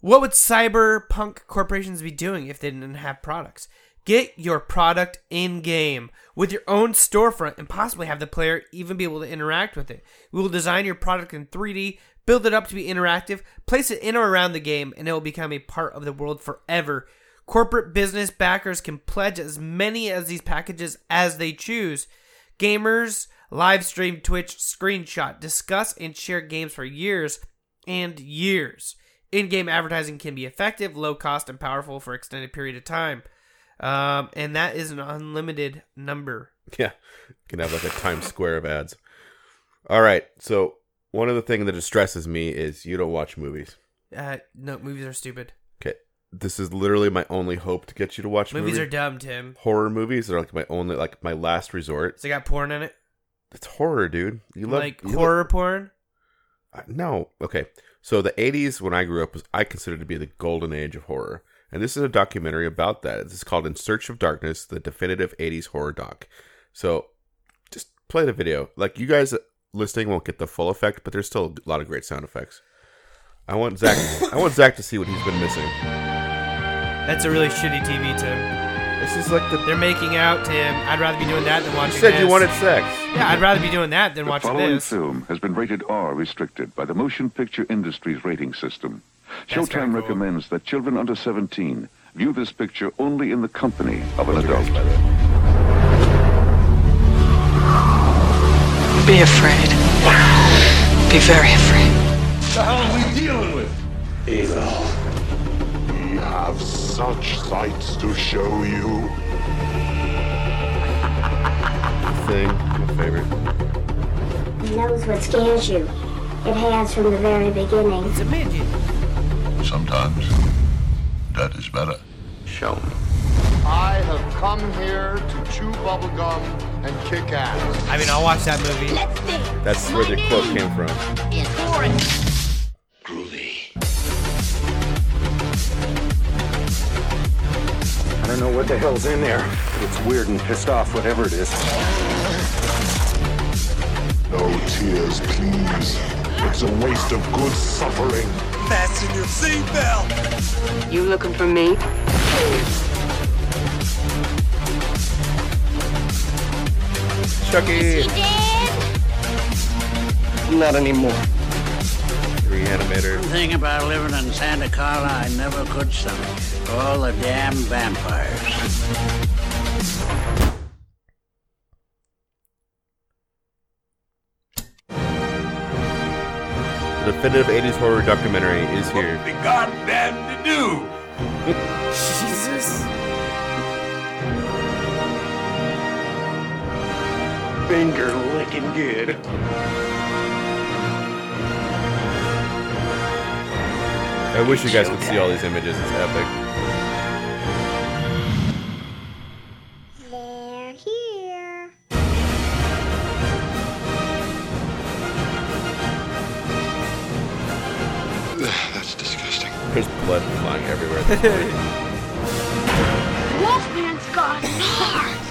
C: What would cyberpunk corporations be doing if they didn't have products? Get your product in game with your own storefront and possibly have the player even be able to interact with it. We will design your product in 3D, build it up to be interactive, place it in or around the game, and it will become a part of the world forever. Corporate business backers can pledge as many as these packages as they choose. Gamers live stream Twitch screenshot, discuss and share games for years and years. In game advertising can be effective, low cost, and powerful for extended period of time. Um, and that is an unlimited number.
D: Yeah, you can have like a Times Square of ads. All right, so one of the things that distresses me is you don't watch movies.
C: Uh, no, movies are stupid.
D: Okay, this is literally my only hope to get you to watch
C: Movies
D: movies.
C: are dumb, Tim.
D: horror movies are like my only like my last resort.
C: So they got porn in it,
D: It's horror, dude. You love
C: like
D: you love-
C: horror porn.
D: Uh, no, okay. So the '80s, when I grew up, was I considered to be the golden age of horror, and this is a documentary about that. It's called "In Search of Darkness: The Definitive '80s Horror Doc." So, just play the video. Like you guys listening won't get the full effect, but there's still a lot of great sound effects. I want Zach. I want Zach to see what he's been missing.
C: That's a really shitty TV, Tim.
D: This is like the.
C: They're making out, Tim. I'd rather be doing that than
D: You
C: watching.
D: said you
C: this.
D: wanted sex.
C: Yeah, I'd rather be doing that than watching
L: following
C: this.
L: film has been rated R restricted by the Motion Picture Industry's rating system.
C: That's kinda
L: Showtime
C: cool.
L: recommends that children under 17 view this picture only in the company of an adult.
H: Be afraid. Be very afraid.
M: The hell are we dealing with? Evil. We have such sights to show you.
D: Thing, my favorite.
N: He knows what scares you. It has from the very beginning. It's a midget.
M: Sometimes that is better. Show me.
O: I have come here to chew bubblegum and kick ass.
C: I mean, I'll watch that movie.
D: That's where the quote came from.
P: I don't know what the hell's in there, but it's weird and pissed off, whatever it is.
M: No tears, please. It's a waste of good suffering.
H: Fasten your seatbelt! You looking for me?
D: Chucky.
P: Not anymore.
D: Reanimator.
Q: Thing about living in Santa Carla, I never could stomach all the damn vampires.
D: The definitive 80s horror documentary is here.
M: Goddamn to do!
C: Jesus.
P: Finger licking good.
D: I wish you guys could see all these images. It's epic.
M: That's disgusting.
D: There's blood flying everywhere. at this point.
N: Wolfman's got it.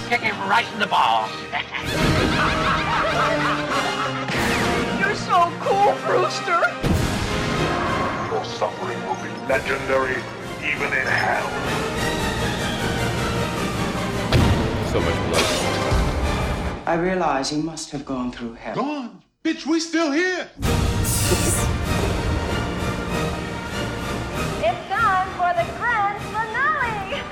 Q: Kick him right in the balls.
M: You're so cool, Brewster. Your suffering will be legendary, even in hell.
D: so much blood.
R: I realize you must have gone through hell.
M: Gone, bitch. We still here.
S: It's time for the grand finale!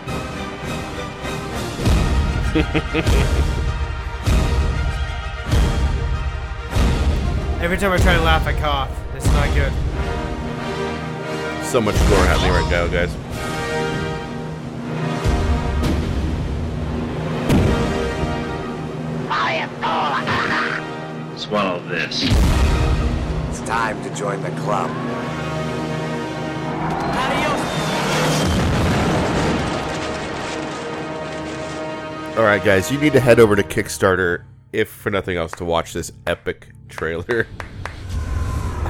C: Every time I try to laugh, I cough. It's not good.
D: So much gore happening right now, guys.
M: I am all
Q: swallow this.
P: It's time to join the club.
D: All right, guys, you need to head over to Kickstarter if for nothing else to watch this epic trailer.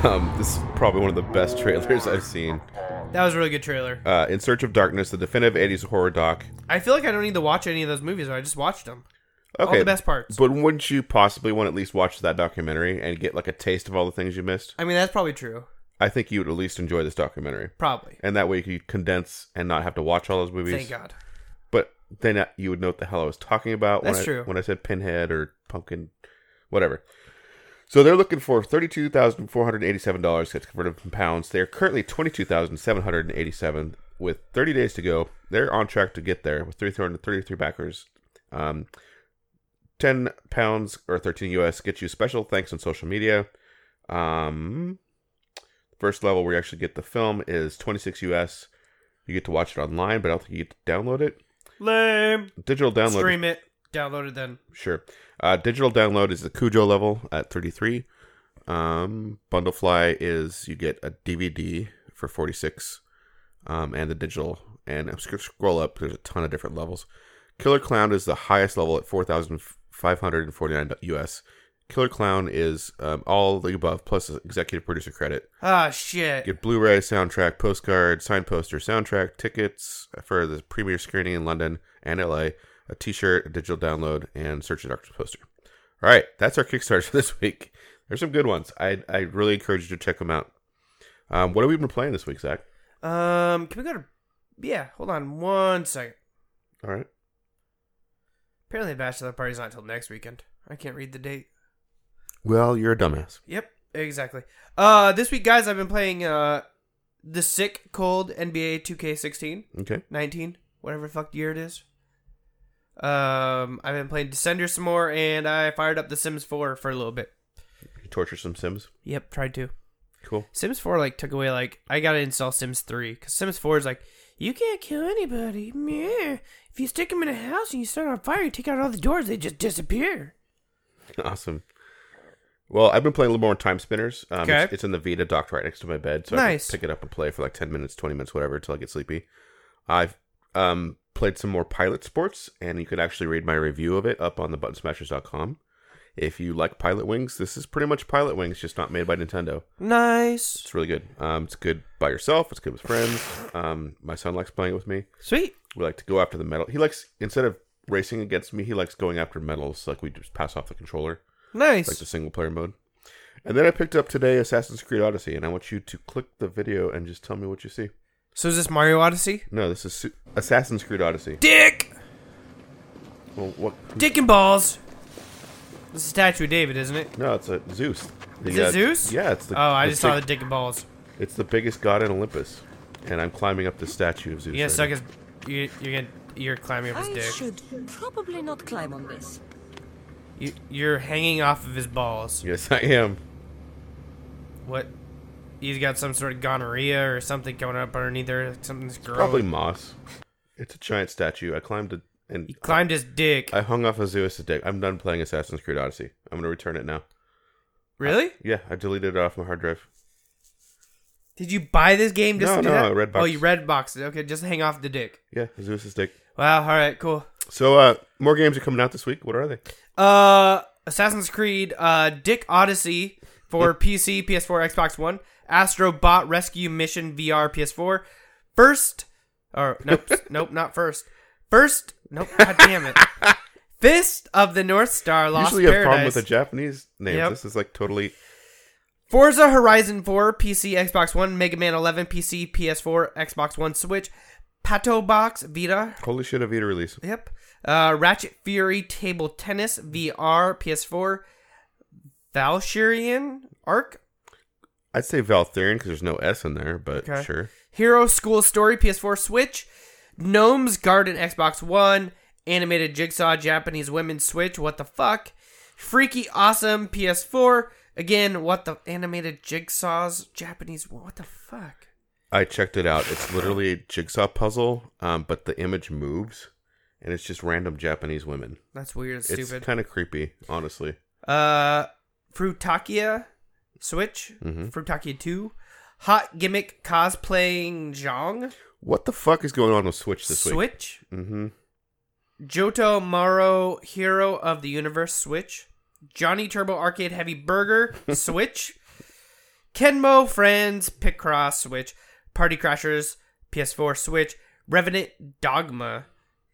D: Um, this is probably one of the best trailers I've seen.
C: That was a really good trailer.
D: Uh, In Search of Darkness, the definitive 80s horror doc.
C: I feel like I don't need to watch any of those movies. I just watched them. All the best parts.
D: But wouldn't you possibly want to at least watch that documentary and get like a taste of all the things you missed?
C: I mean, that's probably true.
D: I think you would at least enjoy this documentary.
C: Probably.
D: And that way you could condense and not have to watch all those movies.
C: Thank God.
D: But then uh, you would know what the hell I was talking about when
C: That's
D: I,
C: true.
D: when I said Pinhead or Pumpkin, whatever. So they're looking for thirty-two thousand four hundred eighty-seven dollars. That's converted from pounds. They are currently twenty-two thousand seven hundred eighty-seven with thirty days to go. They're on track to get there with three hundred thirty-three backers. Um, ten pounds or thirteen US gets you special thanks on social media. Um, first level where you actually get the film is twenty-six US. You get to watch it online, but I don't think you get to download it.
C: Lame.
D: Digital download.
C: Stream it. Download it then.
D: Sure. Uh, digital download is the Cujo level at 33. Um, Bundlefly is you get a DVD for 46, um, and the digital. And if you scroll up, there's a ton of different levels. Killer Clown is the highest level at 4,549 US. Killer Clown is um, all the above plus executive producer credit.
C: Ah, shit.
D: Get Blu-ray, soundtrack, postcard, signed poster, soundtrack, tickets for the premiere screening in London and LA, a T-shirt, a digital download, and search the doctor's poster. All right, that's our Kickstarter for this week. There's some good ones. I I really encourage you to check them out. Um, what have we been playing this week, Zach?
C: Um, can we go to? Yeah, hold on one second.
D: All right.
C: Apparently, the bachelor party's not until next weekend. I can't read the date.
D: Well, you're a dumbass.
C: Yep, exactly. Uh, this week, guys, I've been playing uh, the sick cold NBA 2K16.
D: Okay.
C: 19, whatever the fuck year it is. Um, I've been playing Descender some more, and I fired up The Sims 4 for a little bit.
D: You torture some Sims.
C: Yep, tried to.
D: Cool.
C: Sims 4 like took away like I gotta install Sims 3 because Sims 4 is like you can't kill anybody. Meh. If you stick them in a house and you start on fire, you take out all the doors, they just disappear.
D: Awesome. Well, I've been playing a little more Time Spinners. Um,
C: Okay.
D: it's, it's in the Vita docked right next to my bed, so I
C: Nice.
D: can pick it up and play for like ten minutes, twenty minutes, whatever, until I get sleepy. I've um, played some more Pilot Sports, and you can actually read my review of it up on thebuttonsmashers.com. If you like Pilot Wings, this is pretty much Pilot Wings, just not made by Nintendo.
C: Nice.
D: It's really good. Um, it's good by yourself. It's good with friends. Um, my son likes playing it with me.
C: Sweet.
D: We like to go after the medal. He likes instead of racing against me, he likes going after medals. Like we just pass off the controller.
C: Nice.
D: Like the single player mode. And then I picked up today Assassin's Creed Odyssey, and I want you to click the video and just tell me what you see.
C: So is this Mario Odyssey?
D: No, this is Su- Assassin's Creed Odyssey.
C: Dick,
D: Well, what?
C: dick and balls. This is Statue of David, isn't it?
D: No, it's a Zeus. The,
C: Is it
D: uh,
C: Zeus?
D: Yeah, it's
C: Oh,
D: the.
C: I
D: the
C: just saw
D: big-
C: the dick and balls.
D: It's the biggest god in Olympus, and I'm climbing up the statue of Zeus.
C: You gonna
D: right
C: suck
D: now.
C: his? You, you're gonna you're climbing up his
T: I
C: dick.
T: should probably not climb on this.
C: You, you're hanging off of his balls.
D: Yes, I am.
C: What? He's got some sort of gonorrhea or something going up underneath there. Something's growing.
D: Probably moss. It's a giant statue. I climbed it and
C: climbed his dick.
D: I hung off of Zeus's dick. I'm done playing Assassin's Creed Odyssey. I'm gonna return it now.
C: Really?
D: Yeah, I deleted it off my hard drive.
C: Did you buy this game just
D: No,
C: to do
D: no,
C: that?
D: I red
C: Oh,
D: boxed.
C: you red boxed it. Okay, just hang off the dick.
D: Yeah, Zeus's dick.
C: Wow. All right. Cool.
D: So, uh, more games are coming out this week. What are they?
C: Uh, Assassin's Creed, uh, Dick Odyssey for PC, PS4, Xbox One, Astro Bot Rescue Mission VR, PS4, first, or nope, nope, not first, first, nope, god damn it, Fist of the North Star, Lost
D: Usually, you have a problem
C: Paradise,
D: with the Japanese names.
C: Yep.
D: This is like totally.
C: Forza Horizon 4, PC, Xbox One, Mega Man 11, PC, PS4, Xbox One, Switch, Pato Box Vita,
D: Holy shit, a Vita release.
C: Yep. Uh, Ratchet Fury Table Tennis VR PS4 Valkyrian Arc
D: I'd say Valtherian because there's no S in there, but
C: Okay.
D: sure.
C: Hero School Story PS4 Switch Gnome's Garden Xbox One Animated Jigsaw Japanese Women Switch What the fuck Freaky Awesome PS4 Again what the Animated Jigsaws Japanese What the fuck
D: I checked it out. It's literally a jigsaw puzzle, um, but the image moves, and it's just random Japanese women.
C: That's weird and
D: It's
C: stupid.
D: kind of creepy, honestly.
C: Uh, Frutakia Switch,
D: Mhm.
C: Frutakia 2, Hot Gimmick Cosplaying Zhang,
D: What the fuck is going on with Switch this week?
C: Switch?
D: Mm-hmm.
C: Johto Maro Hero of the Universe Switch, Johnny Turbo Arcade Heavy Burger Switch, Kenmo Friends Picross Switch, Party Crashers PS4 Switch, Revenant Dogma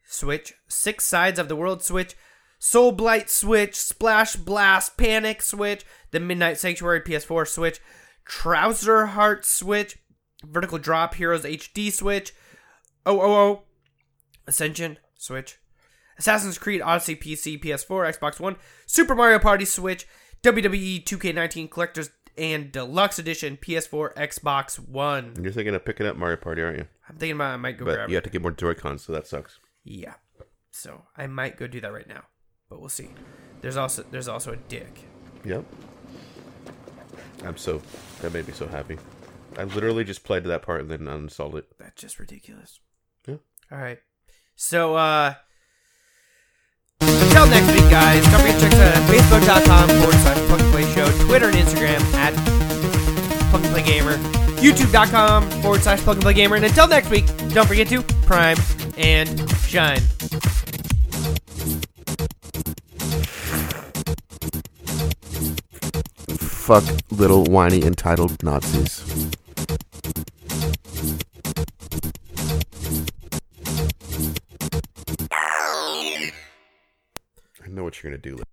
C: Switch, Six Sides of the World Switch, Soul Blight Switch, Splash Blast Panic Switch, The Midnight Sanctuary PS4 Switch, Trouser Heart Switch, Vertical Drop Heroes HD Switch, Oh Oh Oh, Ascension Switch, Assassin's Creed Odyssey PC, PS4, Xbox One, Super Mario Party Switch, E WWE 2K19 Collectors and Deluxe Edition, PS4, Xbox One.
D: You're thinking of picking up Mario Party, aren't you?
C: I'm thinking about I might go
D: but
C: grab
D: you
C: it.
D: have to get more Joy Cons, so that sucks.
C: Yeah. So I might go do that right now, but we'll see. There's also there's also a dick.
D: Yep. I'm so that made me so happy. I literally just played to that part and then uninstalled it.
C: That's just ridiculous.
D: Yeah.
C: All right. So, uh, until next week, guys, don't forget to check us out at facebook.com forward slash Plug and Play Show, Twitter and Instagram at Plug and Play Gamer, youtube.com forward slash Plug and Play Gamer. And until next week, don't forget to prime and shine.
D: Fuck little whiny entitled Nazis. I know what you're gonna do later.